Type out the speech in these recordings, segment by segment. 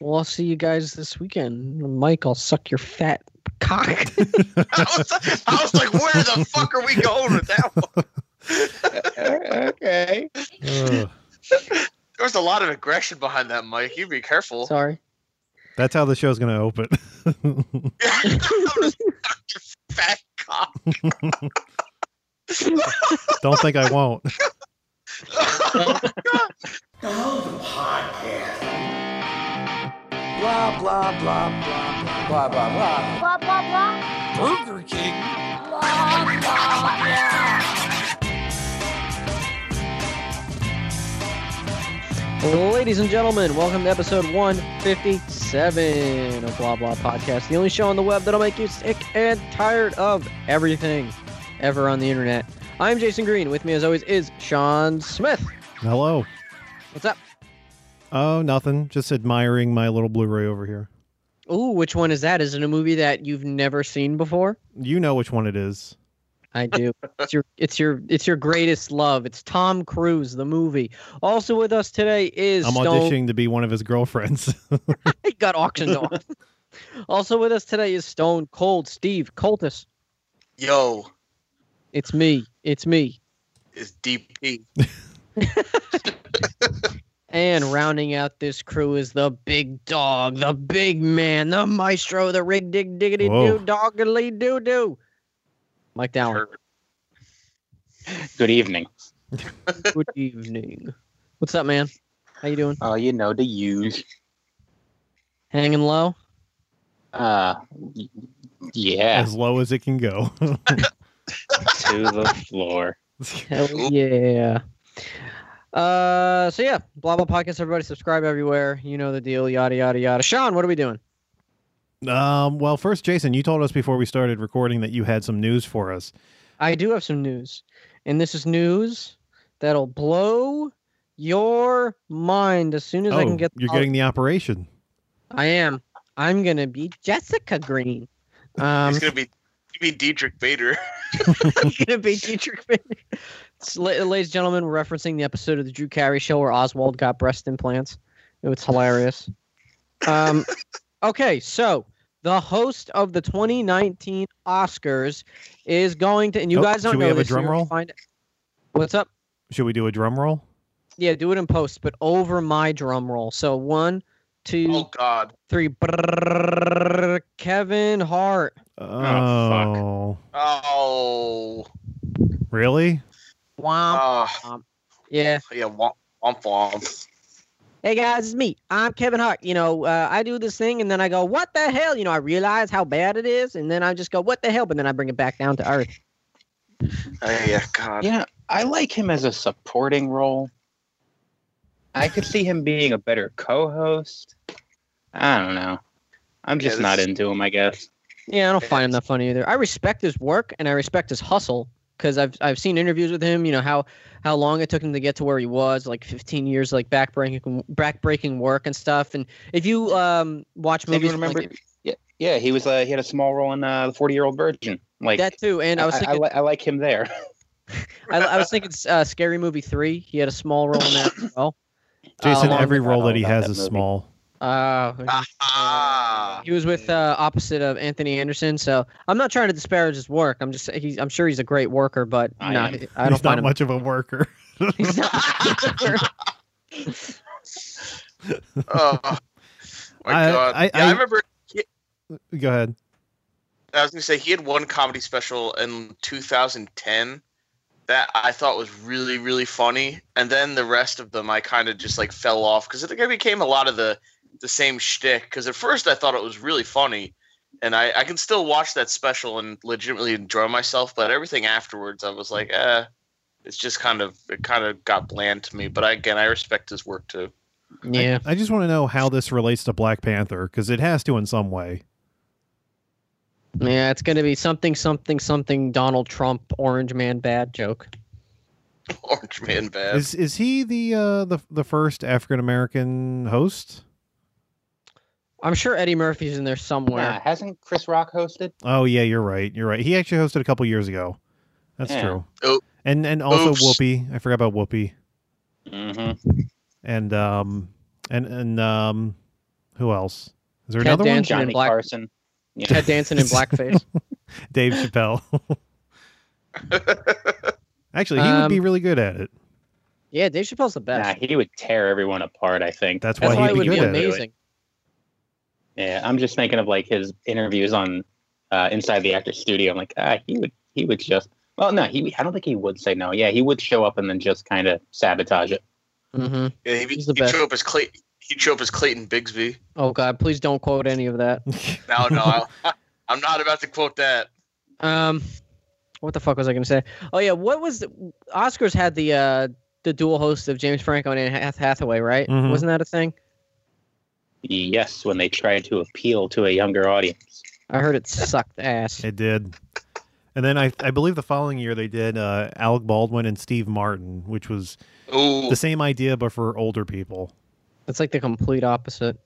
Well, I'll see you guys this weekend. Mike, I'll suck your fat cock. I was, I was like, where the fuck are we going with that one? okay. Ugh. There was a lot of aggression behind that, Mike. You be careful. Sorry. That's how the show's going to open. I'm just fucking fat cock. Don't think I won't. Blah, blah, blah, blah, blah, blah, blah. Blah, blah, blah. Burger King. Ladies and gentlemen, welcome to episode 157 of Blah Blah Podcast, the only show on the web that'll make you sick and tired of everything ever on the internet. I'm Jason Green. With me, as always, is Sean Smith. Hello. What's up? Oh, nothing. Just admiring my little Blu-ray over here. Ooh, which one is that? Is it a movie that you've never seen before? You know which one it is. I do. it's your it's your it's your greatest love. It's Tom Cruise, the movie. Also with us today is I'm Stone auditioning to be one of his girlfriends. He got auctioned off. also with us today is Stone Cold Steve Coltis. Yo, It's me. It's me. it's DP. And rounding out this crew is the big dog, the big man, the maestro, the rig dig diggity Whoa. doo doggily doo doo. Mike Dowling. Good evening. Good evening. What's up, man? How you doing? Oh, you know the use. Hanging low? Uh, y- yeah, as low as it can go. to the floor. Hell yeah. Uh, so yeah, blah blah podcast. Everybody subscribe everywhere. You know the deal. Yada yada yada. Sean, what are we doing? um, well, first, Jason, you told us before we started recording that you had some news for us. I do have some news, and this is news that'll blow your mind as soon as Oh, I can get. you're out. getting the operation. I am. I'm gonna be Jessica Green. Um, He's gonna be he'll be Diedrich Bader. I'm gonna be Dietrich. Bader. It's la- Ladies and gentlemen, we're referencing the episode of the Drew Carey Show where Oswald got breast implants. It's hilarious. Um, okay, so the host of the 2019 Oscars is going to, and you Oh, guys don't should we know have a this, you're drum gonna roll? Find it. What's up? Should we do a drum roll? Yeah, do it in post, but over my drum roll. So one, two, Oh God. three. Brrrr. Kevin Hart. Oh, Oh. really? Wow. Oh. Yeah. Yeah. Womp womp. womp. Hey guys, it's me. I'm Kevin Hart. You know, uh, I do this thing and then I go, what the hell? You know, I realize how bad it is, and then I just go, what the hell? But then I bring it back down to earth. Oh, yeah. God. You know, I like him as a supporting role. I could see him being a better co-host. I don't know. I'm Yeah, just this not is- into him, I guess. Yeah, I don't find him that funny either. I respect his work and I respect his hustle because I've I've seen interviews with him. You know how how long it took him to get to where he was, like 15 years, like backbreaking backbreaking work and stuff. And if you um watch Did movies, you from, remember? like, Yeah, yeah. He was. Uh, he had a small role in uh, the Forty Year Old Virgin. Like that too. And I was I, thinking, li- I like him there. I, I was thinking, uh, Scary Movie three. He had a small role in that as well. Jason, long every did I role know that he about has that is movie? small. Uh, Ah. he was with uh, opposite of Anthony Anderson. So I'm not trying to disparage his work. I'm just he's I'm sure he's a great worker, but I nah, am. I don't He's not find him. much of a worker. He's not- Oh. My I- God. I- yeah, I- I remember Go ahead. I was gonna say he had one comedy special in 2010 that I thought was really really funny, and then the rest of them I kind of just like fell off because it became a lot of the the same shtick. Because at first I thought it was really funny, and I I can still watch that special and legitimately enjoy myself, but everything afterwards I was like, eh, it's just kind of it kind of got bland to me. But I, again, I respect his work too. yeah. I just want to know how this relates to Black Panther because it has to in some way. Yeah, it's gonna be something, something, something. Donald Trump, Orange Man, bad joke. Orange Man Bad. Is is he the uh, the the first African American host? I'm sure Eddie Murphy's in there Nah, somewhere. hasn't Chris Rock hosted? Oh yeah, you're right. You're right. He actually hosted a couple years ago. That's Yeah. true. Oh. And and also Oops. Whoopi. I forgot about Whoopi. Mm-hmm. And um and and um Who else? Is there Ted another Dan- one? Dancing in Johnny Black- Carson. Yeah. Ted Danson in blackface. Dave Chappelle. Actually, he would Um, be really good at it. Yeah, Dave Chappelle's the best. Nah, he would tear everyone apart. I think That's That's why why he'd it be would be good at it. amazing. Yeah, I'm just thinking of like his interviews on uh, Inside the Actor's Studio. I'm like, ah, he would, he would just. Well, no, he. I don't think he would say no. Yeah, he would show up and then just kind of sabotage it. hmm Yeah, he'd, be, He's the he'd best. show up as Clay. He'd show up as Clayton Bigsby. Oh God, please don't quote any of that. No, no, I, I'm not about to quote that. Um, what the fuck was I gonna say? Oh yeah, what was the, Oscars had the uh the dual host of James Franco and Anne Hath- Hathaway, right? Mhm. Wasn't that a thing? Yes, when they tried to appeal to a younger audience. I heard it sucked ass. It did. And then I, I believe the following year they did uh, Alec Baldwin and Steve Martin, which was Ooh, the same idea but for older people. It's like the complete opposite.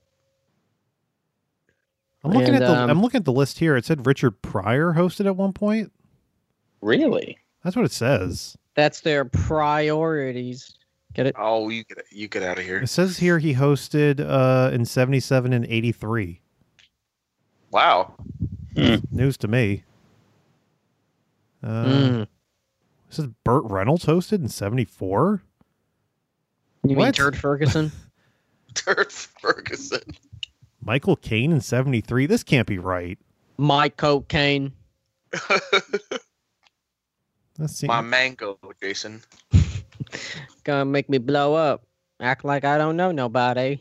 I'm looking And, at the um, I'm looking at the list here. It said Richard Pryor hosted at one point. Really? That's what it says. That's their priorities. Get it? oh, you get you get out of here. It says here he hosted uh, in '77 and '83. Wow, Hmm. News to me. Uh, Mm. It says Burt Reynolds hosted in '74. You mean what? Turd Ferguson? Dirk Ferguson. Michael Caine in '73. This can't be right. My cocaine. Let's see. My mango, Jason. Gonna make me blow up. Act like I don't know nobody.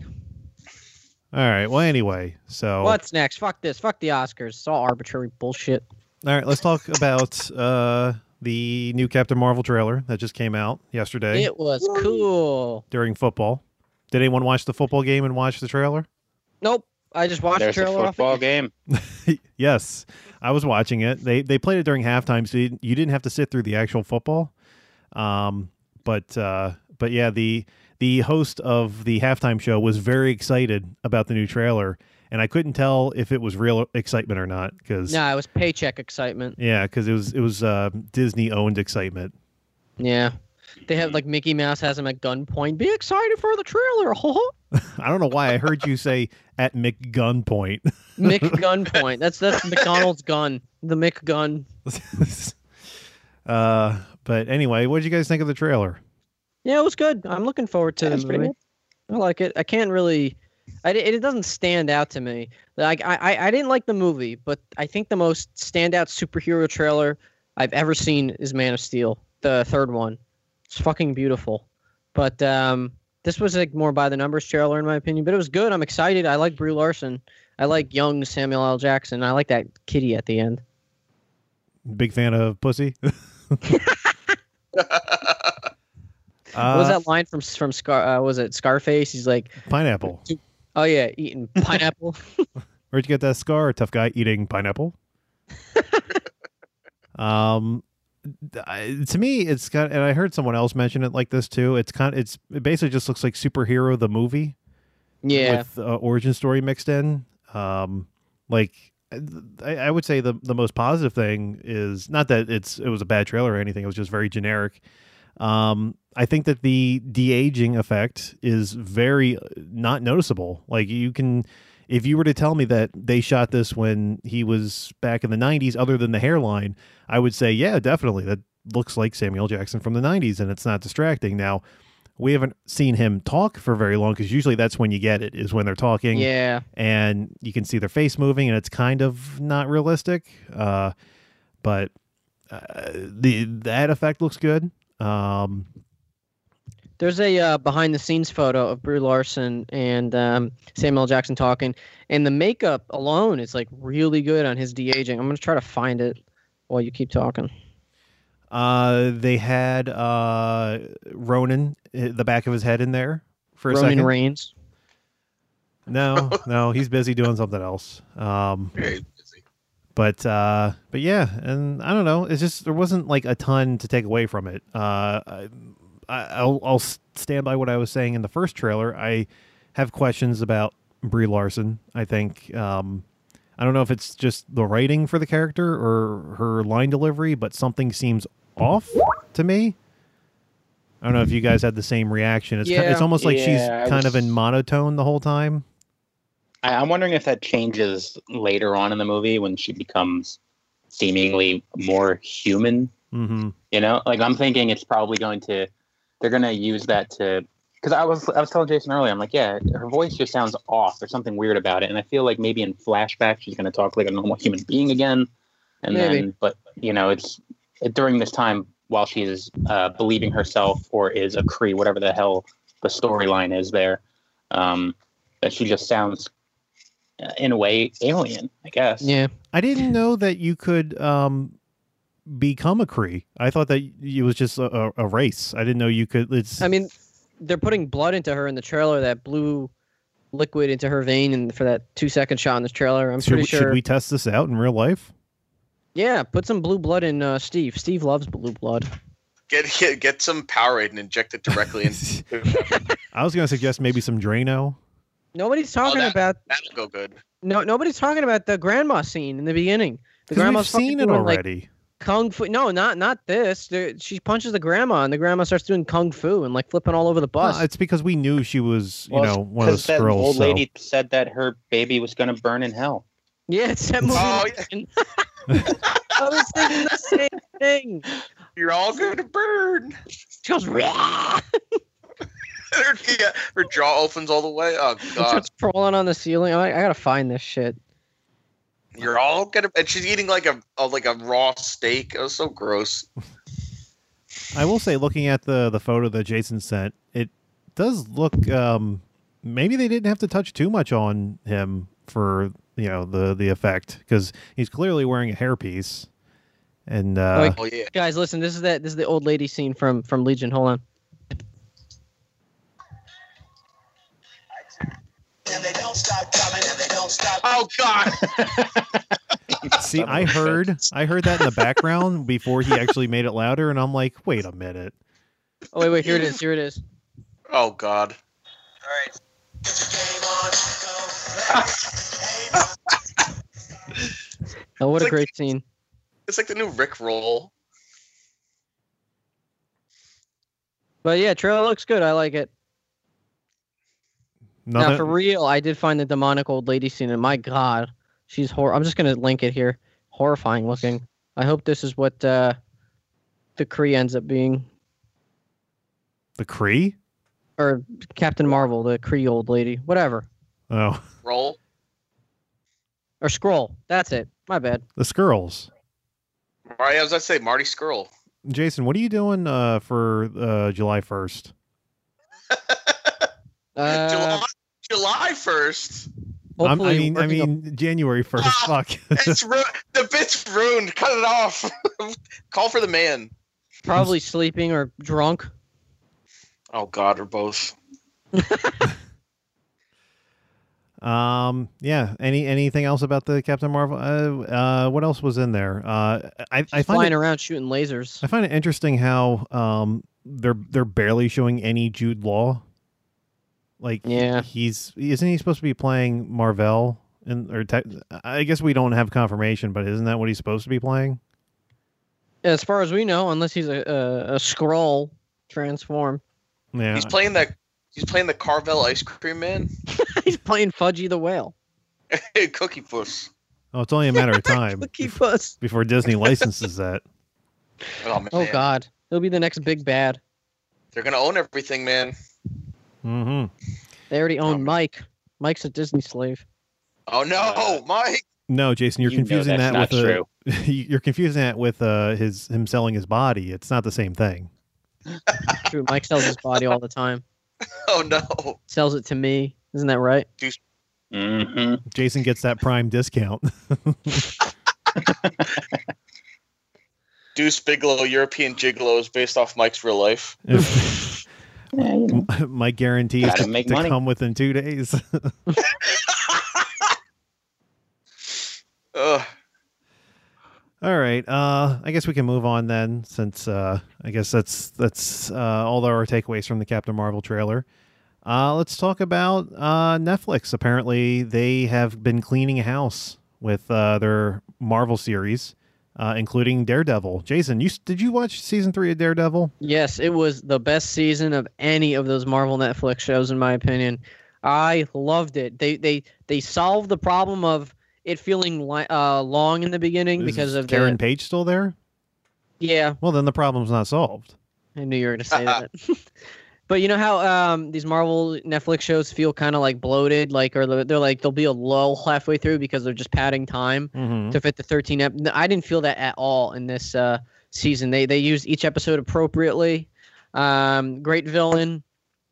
All right. Well, anyway, so What's next? Fuck this. Fuck the Oscars. It's all arbitrary bullshit. All right, let's talk about uh, the new Captain Marvel trailer that just came out yesterday It was cool. during football. Did anyone watch the football game and watch the trailer? Nope. I just watched There's the a trailer off. football game. yes, I was watching it. They they played it during halftime, so you, you didn't have to sit through the actual football. Um, but uh, but yeah, the the host of the halftime show was very excited about the new trailer, and I couldn't tell if it was real excitement or not because No, it was paycheck excitement. yeah, because it was it was uh, Disney owned excitement. Yeah. They have like Mickey Mouse has him at gunpoint. Be excited for the trailer. I don't know why I heard you say at McGunpoint. Mick gunpoint. That's that's McDonald's gun. The Mick gun. uh, but anyway, what did you guys think of the trailer? Yeah, it was good. I'm looking forward to Yeah, the it's pretty movie. I like it. I can't really. I, di- it doesn't stand out to me. Like I, I, I didn't like the movie, but I think the most standout superhero trailer I've ever seen is Man of Steel, the third one. It's fucking beautiful. But um, this was like more by the numbers trailer in my opinion. But it was good. I'm excited. I like Brie Larson. I like young Samuel L. Jackson. I like that kitty at the end. Big fan of pussy. what was Uh, that line from from Scar? Uh, was it Scarface? He's like, pineapple. oh yeah, eating pineapple. Where'd you get that scar? Tough guy eating pineapple. um, I- to me, it's got, and I heard someone else mention it like this too. It's kind, it's it basically just looks like superhero the movie. yeah. with uh, origin story mixed in. Um, like I, I would say the the most positive thing is not that it's it was a bad trailer or anything. It was just very generic. Um, I think that the de aging effect is very uh, not noticeable. Like you can. If you were to tell me that they shot this when he was back in the 90s, other than the hairline, I would say, yeah, definitely. That looks like Samuel Jackson from the 90s, and it's not distracting. Now, we haven't seen him talk for very long because usually that's when you get it is when they're talking Yeah. and you can see their face moving and it's kind of not realistic uh, but uh, the that effect looks good um, There's a uh, behind the scenes photo of Brie Larson and um, Samuel L. Jackson talking, and the makeup alone is like really good on his de aging. I'm gonna try to find it while you keep talking. uh, they had uh, ronan uh, the back of his head in there for a Ronan second Reigns. no no he's busy doing something else um, Very busy. but uh but yeah and i don't know it's just there wasn't like a ton to take away from it uh I, i'll i'll s- stand by what i was saying in the first trailer i have questions about brie larson i think um i don't know if it's just the writing for the character or her line delivery but something seems off to me i don't know if you guys had the same reaction it's, ki- Yeah. it's almost like Yeah, I she's kind was- of in monotone the whole time I, I'm wondering if that changes later on in the movie when she becomes seemingly more human. Mm-hmm. You know, like I'm thinking it's probably going to they're going to use that to because I was I was telling Jason earlier, I'm like, yeah, her voice just sounds off. There's something weird about it, and I feel like maybe in flashback she's going to talk like a normal human being again, and Maybe. then but you know it's it, during this time while she's uh, believing herself or is a Cree, whatever the hell the storyline is there, um, that she just sounds uh, in a way alien, I guess. Yeah. I didn't know that you could um, become a Cree. I thought that it was just a, a, a race. I didn't know you could. It's I mean, they're putting blood into her in the trailer. That blue liquid into her vein, and for that two second shot in the trailer, I'm should, pretty we- sure. should we test this out in real life? Yeah, put some blue blood in uh, Steve. Steve loves blue blood. Get get, get some Powerade and inject it directly in. I was going to suggest maybe some Drano. Nobody's talking that- about That'll go good. no. Nobody's talking about the grandma scene in the beginning. The Because we've grandma's fucking seen it doing, Like, already. kung fu. No, not not this. There- She punches the grandma, and the grandma starts doing kung fu and like flipping all over the bus. No, Uh, it's because we knew she was, you Well, know, one of those Because that scrolls. old so- lady said that her baby was going to burn in hell. yeah, it's that movie. Oh, I was thinking the same thing. You're all gonna burn. She goes, "Rah!" her, yeah, her jaw opens all the way. Oh She god. starts crawling on the ceiling. I, I gotta find this shit. You're all gonna and she's eating like a, a like a raw steak. It was so gross. I will say, looking at the the photo that Jason sent, it does look. Um, maybe they didn't have to touch too much on him for you know the the effect because he's clearly wearing a hairpiece, and uh, Oh yeah. Guys, listen. This is that. This is the old lady scene from from Legion. Hold on. And they don't stop coming, and they don't stop. Oh god. see, I heard I heard that in the background before he actually made it louder, and I'm like, wait a minute. Oh wait, wait. Here it is. Here it is. Oh god. All right. Get your game on, go play. Game on. Oh, what a Click. great scene. It's like the new Rick roll. But yeah, trailer looks good. I like it. Now, Nothing, for real, I did find the demonic old lady scene, and my God, she's hor. I'm just gonna link it here. Horrifying looking. I hope this is what uh, the Kree ends up being, the Cree. or Captain Marvel, the Kree old lady, whatever, Oh, Roll. or Scroll. That's it. My bad. the Skrulls. Right, I was gonna say Marty Skrull. Jason, what are you doing uh, for uh, July first? Uh, July July first. I'm- I hopefully mean, I working up- mean, January first. Fuck. It's ru- the bit's ruined. Cut it off. Call for the man. probably sleeping or drunk. Oh god, or both. Um. Yeah. Any anything else about the Captain Marvel? Uh. uh what else was in there? Uh. I, I flying find it, around shooting lasers. I find it interesting how um they're they're barely showing any Jude Law. Like Yeah. he's isn't he supposed to be playing Marvel? And or tech, I guess we don't have confirmation, but isn't that what he's supposed to be playing? As far as we know, unless he's a a, a scroll transform, Yeah. He's playing that. He's playing the Carvel ice cream man. he's playing Fudgy the Whale. Cookie puss. oh, it's only a matter of time Look, he bef- puss. before Disney licenses that. Oh, man. Oh God, he'll be the next big bad. They're gonna own everything, man. Mm-hmm. They already own Oh. Um, Mike. Mike's a Disney slave. Oh no, Uh, Mike. No, Jason, you're You know confusing that's that with not uh, true. you're confusing that with uh his him selling his body. It's not the same thing. True, Mike sells his body all the time. Oh no. Sells it to me. Isn't that right? hmm Jason gets that prime discount. Deuce Bigelow, European Gigolo, is based off Mike's real life. if Yeah, you know. my guarantee is Gotta to, make to money. come within two days. Ugh. all right. Uh, I guess we can move on then, since uh, I guess that's that's uh, all of our takeaways from the Captain Marvel trailer. Uh, let's talk about uh, Netflix. Apparently, they have been cleaning house with uh, their Marvel series, uh, including Daredevil. Jason, you s- did you watch season three of Daredevil? Yes, it was the best season of any of those Marvel Netflix shows, in my opinion. I loved it. They they they solved the problem of it feeling li- uh, long in the beginning Is because of Karen The, Page still there? yeah, Well, then the problem's not solved. I knew you were going to say that. but you know how um, these Marvel Netflix shows feel kind of like bloated, like or they're they're like there'll be a lull halfway through because they're just padding time Mm-hmm. to fit the 13 ep- no, I didn't feel that at all in this uh, season. They they used each episode appropriately. Um, great villain,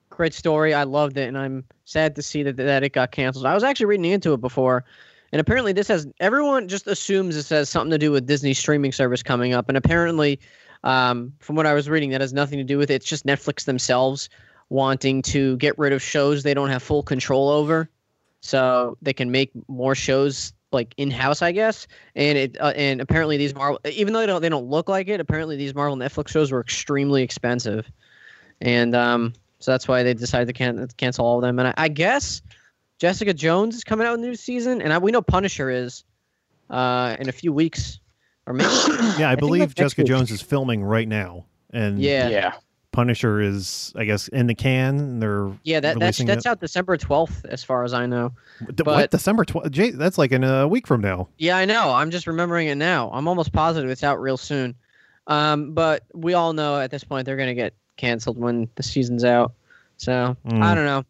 great story. I loved it, and I'm sad to see that that it got canceled. I was actually reading into it before, and apparently this has everyone just assumes this has something to do with Disney streaming service coming up, and apparently, um, from what I was reading, that has nothing to do with it. It's just Netflix themselves wanting to get rid of shows they don't have full control over, so they can make more shows like in house, I guess and it uh, and apparently these Marvel, even though they don't they don't look like it, apparently these Marvel Netflix shows were extremely expensive, and um, so that's why they decided to can- cancel all of them. And I, I guess Jessica Jones is coming out with a new season, and I, we know Punisher is uh, in a few weeks, or maybe Yeah, I, think believe that's next Jessica week. Jones is filming right now, and yeah. Yeah. yeah. Punisher is, I guess, in the can. And they're that, that's Releasing that's it. out December twelfth, as far as I know. D- what But- December twelfth? That's like in a week from now. Yeah, I know. I'm just remembering it now. I'm almost positive it's out real soon. Um, but we all know at this point they're gonna get canceled when the season's out. So Mm. Mm-hmm. I don't know.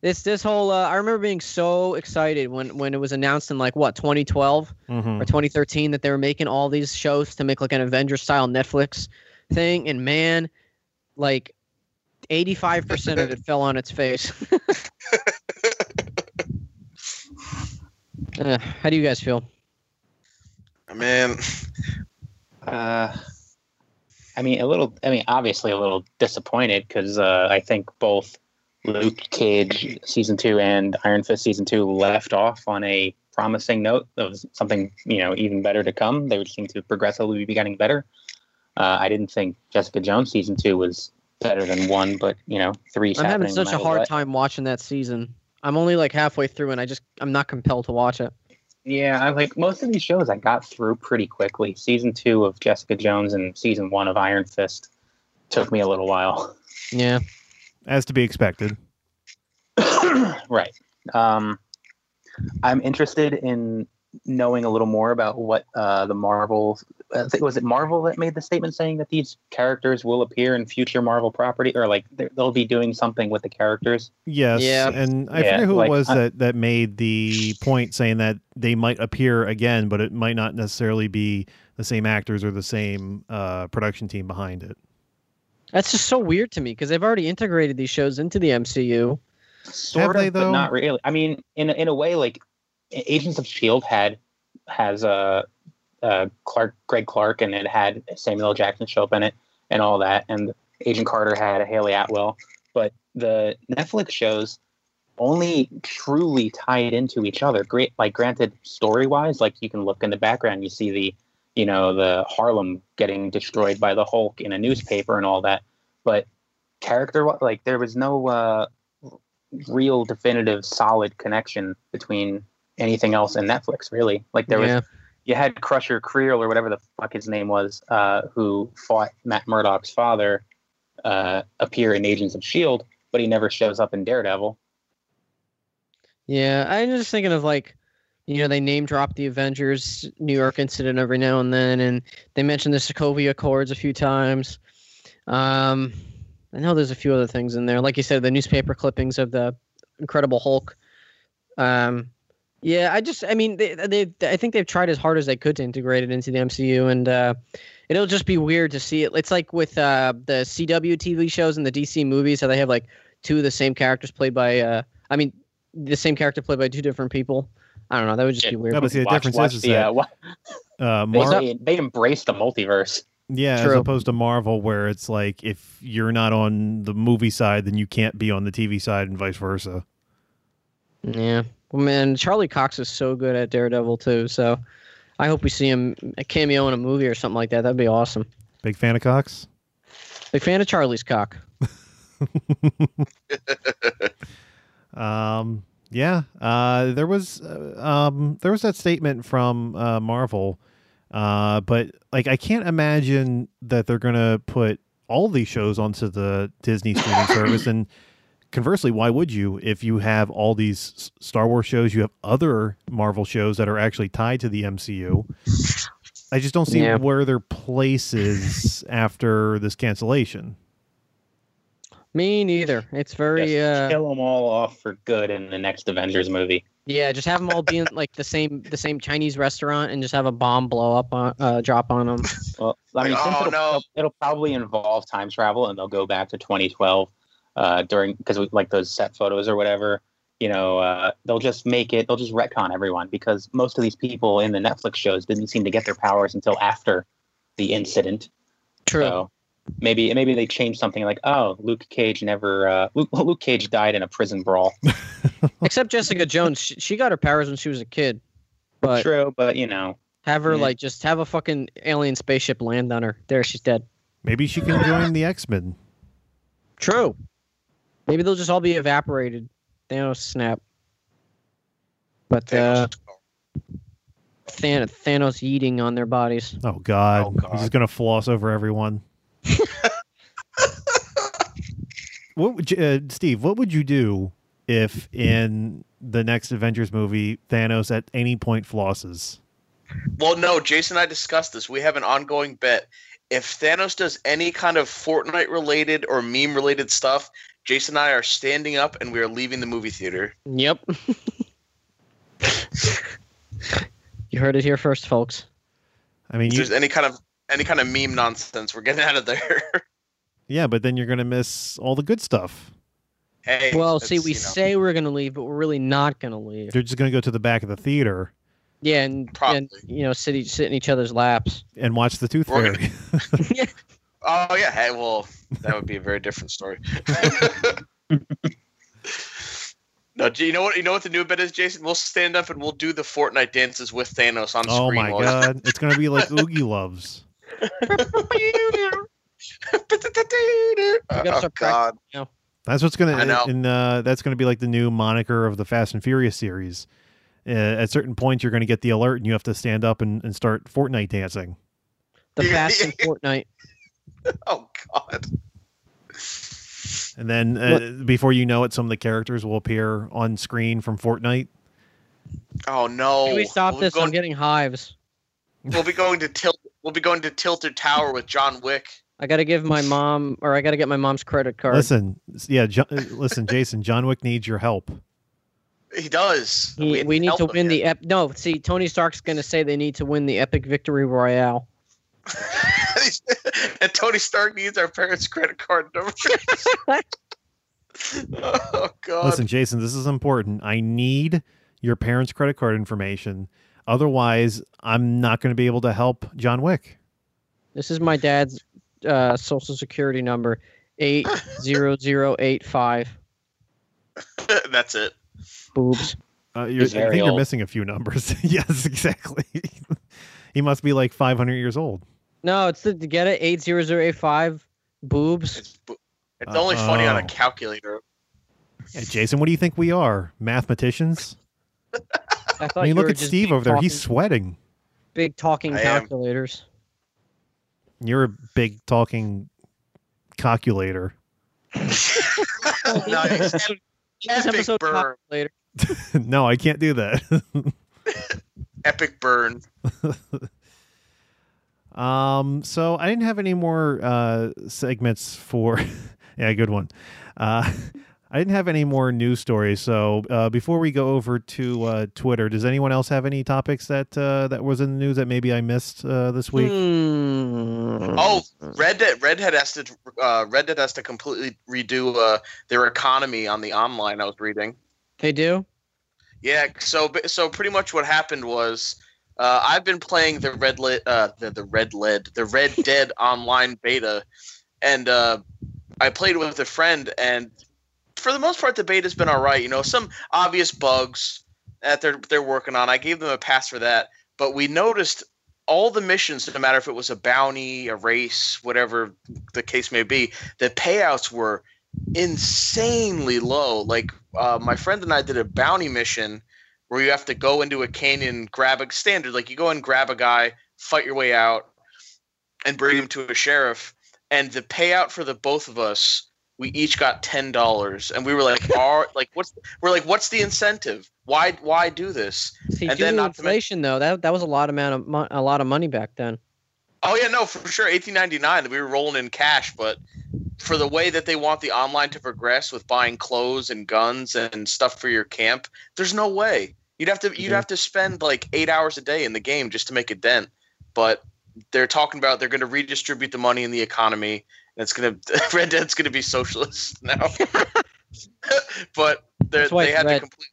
This this whole uh, I remember being so excited when when it was announced in like what 2012 Mhm. Mm-hmm. or 2013 that they were making all these shows to make like an Avengers style Netflix thing, and man, like 85% of it fell on its face. Uh, how do you guys feel? Man, Uh, I mean, a little. I mean, obviously, a little disappointed because uh, I think both Luke Cage season two and Iron Fist season two left off on a promising note of something you know even better to come. They would seem to progressively be getting better. Uh, I didn't think Jessica Jones season two was better than one, but you know, three. I'm having such a hard time watching that season. I'm only like halfway through, and I just I'm not compelled to watch it. Yeah, I like most of these shows I got through pretty quickly. Season two of Jessica Jones and season one of Iron Fist took me a little while. Yeah, As to be expected. right. Um, I'm interested in knowing a little more about what uh, the Marvel I think- was it Marvel that made the statement saying that these characters will appear in future Marvel property or like they're- they'll be doing something with the characters. Yes. Yeah. And I Yeah, forget who like, it was I- that, that made the point saying that they might appear again, but it might not necessarily be the same actors or the same uh, production team behind it. that's just so weird to me because they've already integrated these shows into the MCU. Sort Have of, they, though? but not really. I mean, in a- in a way, like A- Agents of Shield E had has uh, uh, Clark Greg Clark and it had Samuel L. Jackson show up in it and all that, and Agent Carter had Haley Atwell, but the Netflix shows only truly tied into each other. Great, like granted, story wise, like you can look in the background, you see the you know the Harlem getting destroyed by the Hulk in a newspaper and all that, but character like there was no uh, real definitive solid connection between anything else and Netflix really. Like there was yeah, you had Crusher Creel or whatever the fuck his name was, uh, who fought Matt Murdock's father, uh, appear in Agents of Shield, E but he never shows up in Daredevil. yeah. I'm just thinking of like, you know, they name drop the Avengers New York incident every now and then, and they mention the Sokovia Accords a few times. Um, I know there's a few other things in there, like you said, the newspaper clippings of the Incredible Hulk. Um, yeah, I just, I mean, they, they, I think they've tried as hard as they could to integrate it into the MCU, and uh, it'll just be weird to see it. It's like with uh, the CW TV shows and the DC movies, how they have like two of the same characters played by, uh, I mean, the same character played by two different people. I don't know. That would just be Yeah, weird. No, but see, the Watch- difference watch is, is the, that uh, wa- uh, they, Mar- they, they embrace the multiverse. yeah, as True. opposed to Marvel, where it's like if you're not on the movie side, then you can't be on the TV side, and vice versa. Yeah. Well, man, Charlie Cox is so good at Daredevil too. So I hope we see him a cameo in a movie or something like that. That'd be awesome. Big fan of Cox. Big fan of Charlie's cock. Um, yeah, uh, there was uh, um, there was that statement from uh, Marvel, uh, but like I can't imagine that they're gonna put all these shows onto the Disney streaming service and conversely, why would you if you have all these S- Star Wars shows, you have other Marvel shows that are actually tied to the MCU? I just don't see Yeah. where their place is after this cancellation. Me neither. It's very Just uh, kill them all off for good in the next Avengers movie. yeah. Just have them all be in like the same the same Chinese restaurant and just have a bomb blow up on uh, drop on them. Well, I mean, Like, since oh, it'll, no. it'll, it'll probably involve time travel, and they'll go back to 2012 uh, during because like those set photos or whatever. You know, uh, they'll just make it. They'll just retcon everyone because most of these people in the Netflix shows didn't seem to get their powers until after the incident. True. So maybe maybe they changed something like, oh, Luke Cage never. Uh, Luke, Luke Cage died in a prison brawl. Except Jessica Jones, she, she got her powers when she was a kid. But True, but you know, have her Yeah. like just have a fucking alien spaceship land on her. There, she's dead. Maybe she can join the X Men. True. Maybe they'll just all be evaporated. Thanos snap. But uh, Than- Thanos eating on their bodies. Oh God, Oh, God. he's gonna floss over everyone. what would you, uh, Steve? What would you do if in the next Avengers movie Thanos at any point flosses? Well, no, Jason and I discussed this. We have an ongoing bet. If Thanos does any kind of Fortnite related or meme related stuff, Jason and I are standing up and we are leaving the movie theater. Yep. you heard it here first, folks. I mean, If you, there's any kind of any kind of meme nonsense, we're getting out of there. yeah, but then you're gonna miss all the good stuff. hey, Well, that's, see, we you know, say we're gonna leave, but we're really not gonna leave. They're just gonna go to the back of the theater Yeah, and, Probably. and you know, sit, sit in each other's laps. and watch the Tooth We're Fairy. Oh yeah, hey, well, that would be a very different story. no, do you know what? You know what the new bet is, Jason? We'll stand up and we'll do the Fortnite dances with Thanos on oh screen. my while- God, it's gonna be like Oogie Loves. gotta oh start God! That's what's gonna I know. and uh, that's gonna be like the new moniker of the Fast and Furious series. Uh, at certain points, you're gonna get the alert, and you have to stand up and, and start Fortnite dancing. The fast and Fortnite. Oh God! And then uh, before you know it, some of the characters will appear on screen from Fortnite. Oh no! Can we stop we'll this? Go, I'm getting hives. we'll be going to tilt. We'll be going to Tilted Tower with John Wick. I gotta give my mom, or I gotta get my mom's credit card. Listen, s- yeah, jo- uh, listen, Jason. John Wick needs your help. He does. He- we, need help to him win here. the ep- no. See, Tony Stark's gonna say they need to win the epic victory royale. and Tony Stark needs our parents' credit card numbers. oh God! Listen, Jason, this is important. I need your parents' credit card information. Otherwise, I'm not going to be able to help John Wick. This is my dad's uh, social security number, eight zero zero eight five. That's it. Boobs. Uh, you're, I He's very think you're old. missing a few numbers. yes, exactly. he must be like 500 years old. No, it's the to get it eight zero zero eight five. Boobs. It's, bu- it's only funny on a Oh. calculator. Yeah, Jason, what do you think we are, mathematicians? I thought I mean, you look were at just Steve big over there. He's talking- sweating. big talking I am. calculators. You're a big talking calculator. Oh, no, he's had- This epic episode burn. calculator. no, I can't do that. epic burn. um, so I didn't have any more uh, segments for. yeah, good one. Uh, I didn't have any more news stories. So uh, before we go over to uh, Twitter, does anyone else have any topics that uh, that was in the news that maybe I missed uh, this week? Hmm. Oh, Red Dead. Red Dead has to. Uh, Red Dead has to completely redo uh, their economy on the online. I was reading. They do. Yeah. So b- so pretty much what happened was. Uh, I've been playing the red lit, uh, the, the red lead, the Red Dead online beta, and uh, I played with a friend, and for the most part, the beta's been all right. You know, some obvious bugs that they're they're working on. I gave them a pass for that, but we noticed all the missions, no matter if it was a bounty, a race, whatever the case may be, the payouts were insanely low. Like uh, my friend and I did a bounty mission where you have to go into a canyon, grab a standard, like you go and grab a guy, fight your way out, and bring him to a sheriff. And the payout for the both of us we each got ten dollars, and we were like, "Are like what's we're like what's the incentive? Why why do this?" See, And due then to not to men- inflation though, that that was a lot amount of mon- a lot of money back then. Oh yeah, no, for sure. Eighteen ninety nine. We were rolling in cash, but for the way that they want the online to progress with buying clothes and guns and stuff for your camp, there's no way. You'd have to you'd Mm-hmm. Mhm. have to spend like eight hours a day in the game just to make a dent. But they're talking about they're going to redistribute the money in the economy, and it's going to Red Dead's going to be socialist now. but they're, That's why they it's had to red. complete.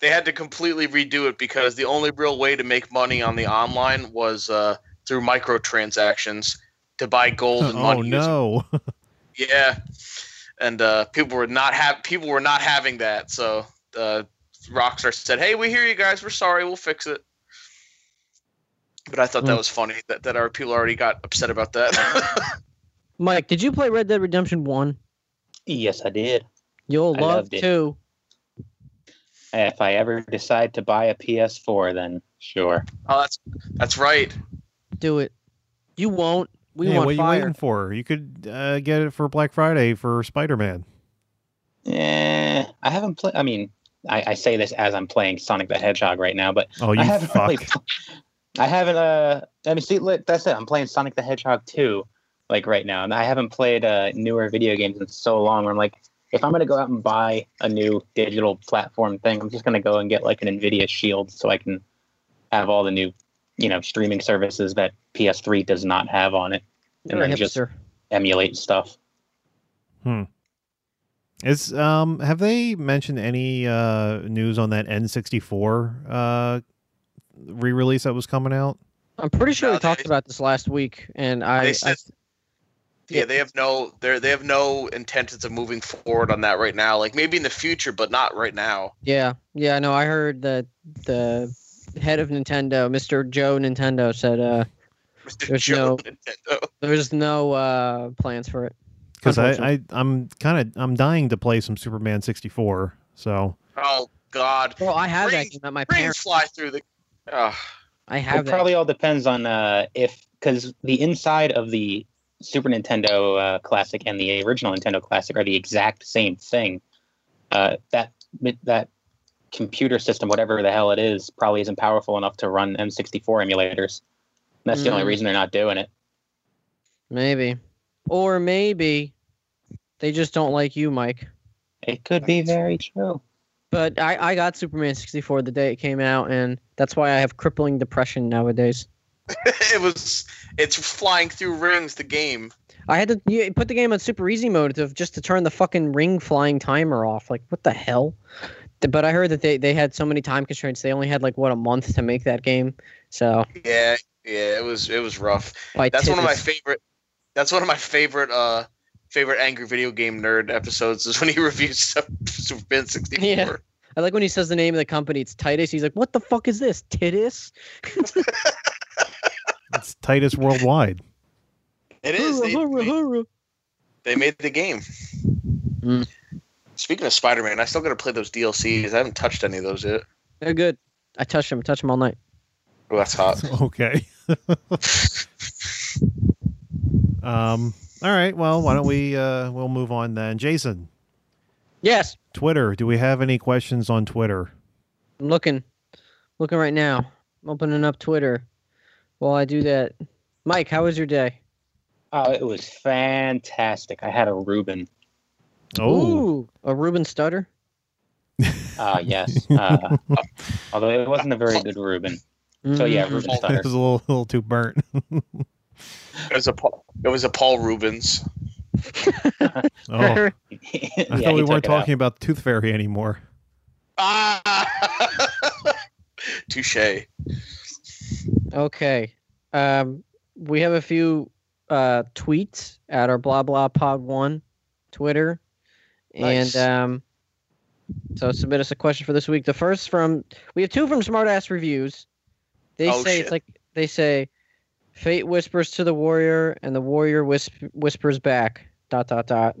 They had to completely redo it because the only real way to make money on the online was uh, through microtransactions to buy gold and Oh money. no! Yeah, and uh, people were not have people were not having that. So uh, Rockstar said, "Hey, we hear you guys. We're sorry. We'll fix it." But I thought that Hmm. was funny that, that our people already got upset about that. Mike, did you play Red Dead Redemption One? Yes, I did. You'll I love loved it. two. If I ever decide to buy a PS4, then sure. oh, that's that's right. Do it. You won't. We Hey, want what are you fire. waiting for? You could uh, get it for Black Friday for Spider Man. Eh, I haven't played. I mean, I, I say this as I'm playing Sonic the Hedgehog right now, but Oh, I you haven't fuck! really. I haven't. Uh, I mean, see, look, that's it. I'm playing Sonic the Hedgehog 2, like right now, and I haven't played uh, newer video games in so long. Where I'm like, if I'm gonna go out and buy a new digital platform thing, I'm just gonna go and get like an Nvidia Shield so I can have all the new, you know, streaming services that PS3 does not have on it, and You're a then just hipster. emulate stuff. Is um have they mentioned any uh news on that N64 uh re-release that was coming out? I'm pretty sure No, we talked they- about this last week, and I, They I- said- Yeah, they have no they they have no intentions of moving forward on that right now. Like maybe in the future, but not right now. yeah, yeah, no, I heard that the head of Nintendo, Mr. Joe Nintendo, said uh, Mr. There's Joe no- Nintendo. there's no uh, plans for it. Because I, I I'm kind of I'm dying to play some Superman 64. So Oh God, Well, I have Brain- that game at my brains parents. fly through the. oh. Ugh. I have it that. probably all depends on uh, if because the inside of the Super Nintendo uh, Classic and the original Nintendo Classic are the exact same thing. Uh, that that computer system, whatever the hell it is, probably isn't powerful enough to run N64 emulators. That's the only Mm. reason they're not doing it. Maybe. Or maybe they just don't like you, Mike. It could be very true. But I, I got Superman 64 the day it came out, and that's why I have crippling depression nowadays. it was it's flying through rings. The game. I had to you put the game on super easy mode to, just to turn the fucking ring flying timer off. Like, what the hell? Th- But I heard that they, they had so many time constraints, they only had like, what, a month to make that game? So, Yeah, yeah, it was it was rough. by That's one of my titties. favorite. That's one of my favorite. Uh, favorite angry video game nerd episodes is when he reviews stuff- Superman sixty four. Yeah. I like when he says the name of the company, it's Titus. He's like, what the fuck is this? Titus? it's Titus Worldwide. It is. Hurrah, They, hurrah, they, hurrah. they made the game. Mm. Speaking of Spider Man, I still got to play those DLCs. I haven't touched any of those yet. They're good. I touch them, touch them all night. Oh, that's hot. okay. um. All right. Well, why don't we uh we'll move on then. Jason, Yes. Twitter. Do we have any questions on Twitter? I'm looking, looking right now. I'm opening up Twitter. While I do that, Mike, how was your day? Oh, it was fantastic. I had a Reuben. Oh, Ooh, a Reuben stutter. Ah, yes. Uh, although it wasn't a very good Reuben. So yeah, Mm. Reuben it stutter. was a little, little too burnt. It was a Paul, it was a Paul Rubens. Oh, yeah, I he thought we took weren't it out. talking about Tooth Fairy anymore. Ah, touche. okay. Um, we have a few uh, tweets at our blah blah pod one Twitter, Nice. and um, so submit us a question for this week. The first from we have two from Smartass Reviews. They Oh, say shit. it's like they say, "Fate whispers to the warrior, and the warrior whisp- whispers back." Dot dot dot,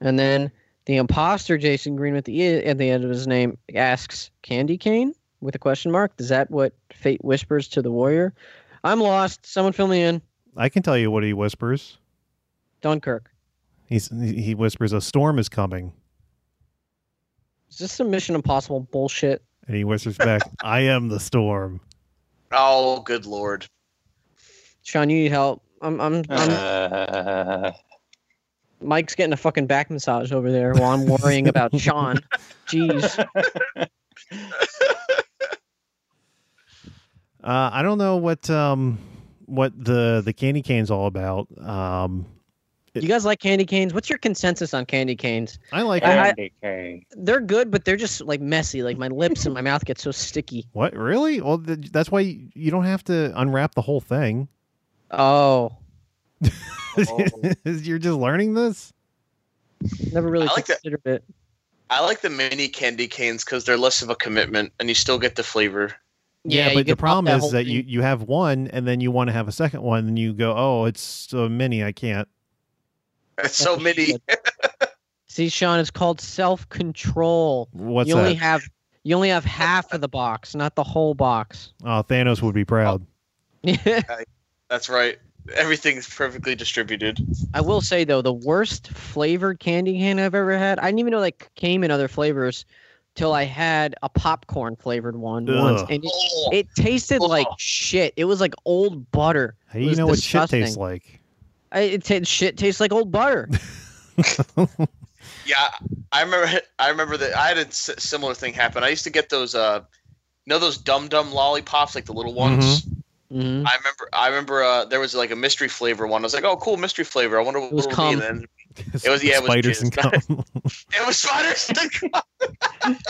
and then the imposter Jason Green with the E at the end of his name asks, "Candy cane?" with a question mark. Is that what Fate whispers to the warrior? I'm lost. Someone fill me in. I can tell you what he whispers. Dunkirk. He's, he whispers, "A storm is coming," Is this some Mission Impossible bullshit? and he whispers back, "I am the storm." Oh, good lord. Sean, you need help. I'm, I'm, I'm Uh, Mike's getting a fucking back massage over there while I'm worrying about Sean. Jeez. Uh, I don't know what um what the the candy cane's all about. Um, You guys like candy canes? What's your consensus on candy canes? I like I- it. candy cane. They're good, but they're just like messy. Like my lips and my mouth get so sticky. What really? Well, th- that's why you you don't have to unwrap the whole thing. Oh, Oh. You're just learning this. never really I like that. considered it. I like the mini candy canes because they're less of a commitment and you still get the flavor. you but could the pop problem that is whole that thing. you you have one, and then you want to have a second one, and you go, "Oh, it's so many, I can't." It's so what she many. See, Sean, it's called self control. What's you that? only have you only have half of the box, not the whole box. oh, Thanos would be proud. That's right. Everything's perfectly distributed. I will say though, the worst flavored candy cane I've ever had. I didn't even know they came in other flavors till I had a popcorn flavored one once, Ugh. and it, Oh, it tasted Ugh. like shit. It was like old butter. Oh, It How do you was know what shit tastes disgusting. like? I, it ta- shit tastes like old butter. yeah, I remember. I remember that I had a s- similar thing happen. I used to get those, uh, you know, those dum dum lollipops, like the little ones. Mhm. I remember. I remember uh, there was like a mystery flavor one. I was like, oh, cool, mystery flavor. I wonder what It was it'll cum. be then. It was- yeah, it was spiders and jizz. cum. It was spiders.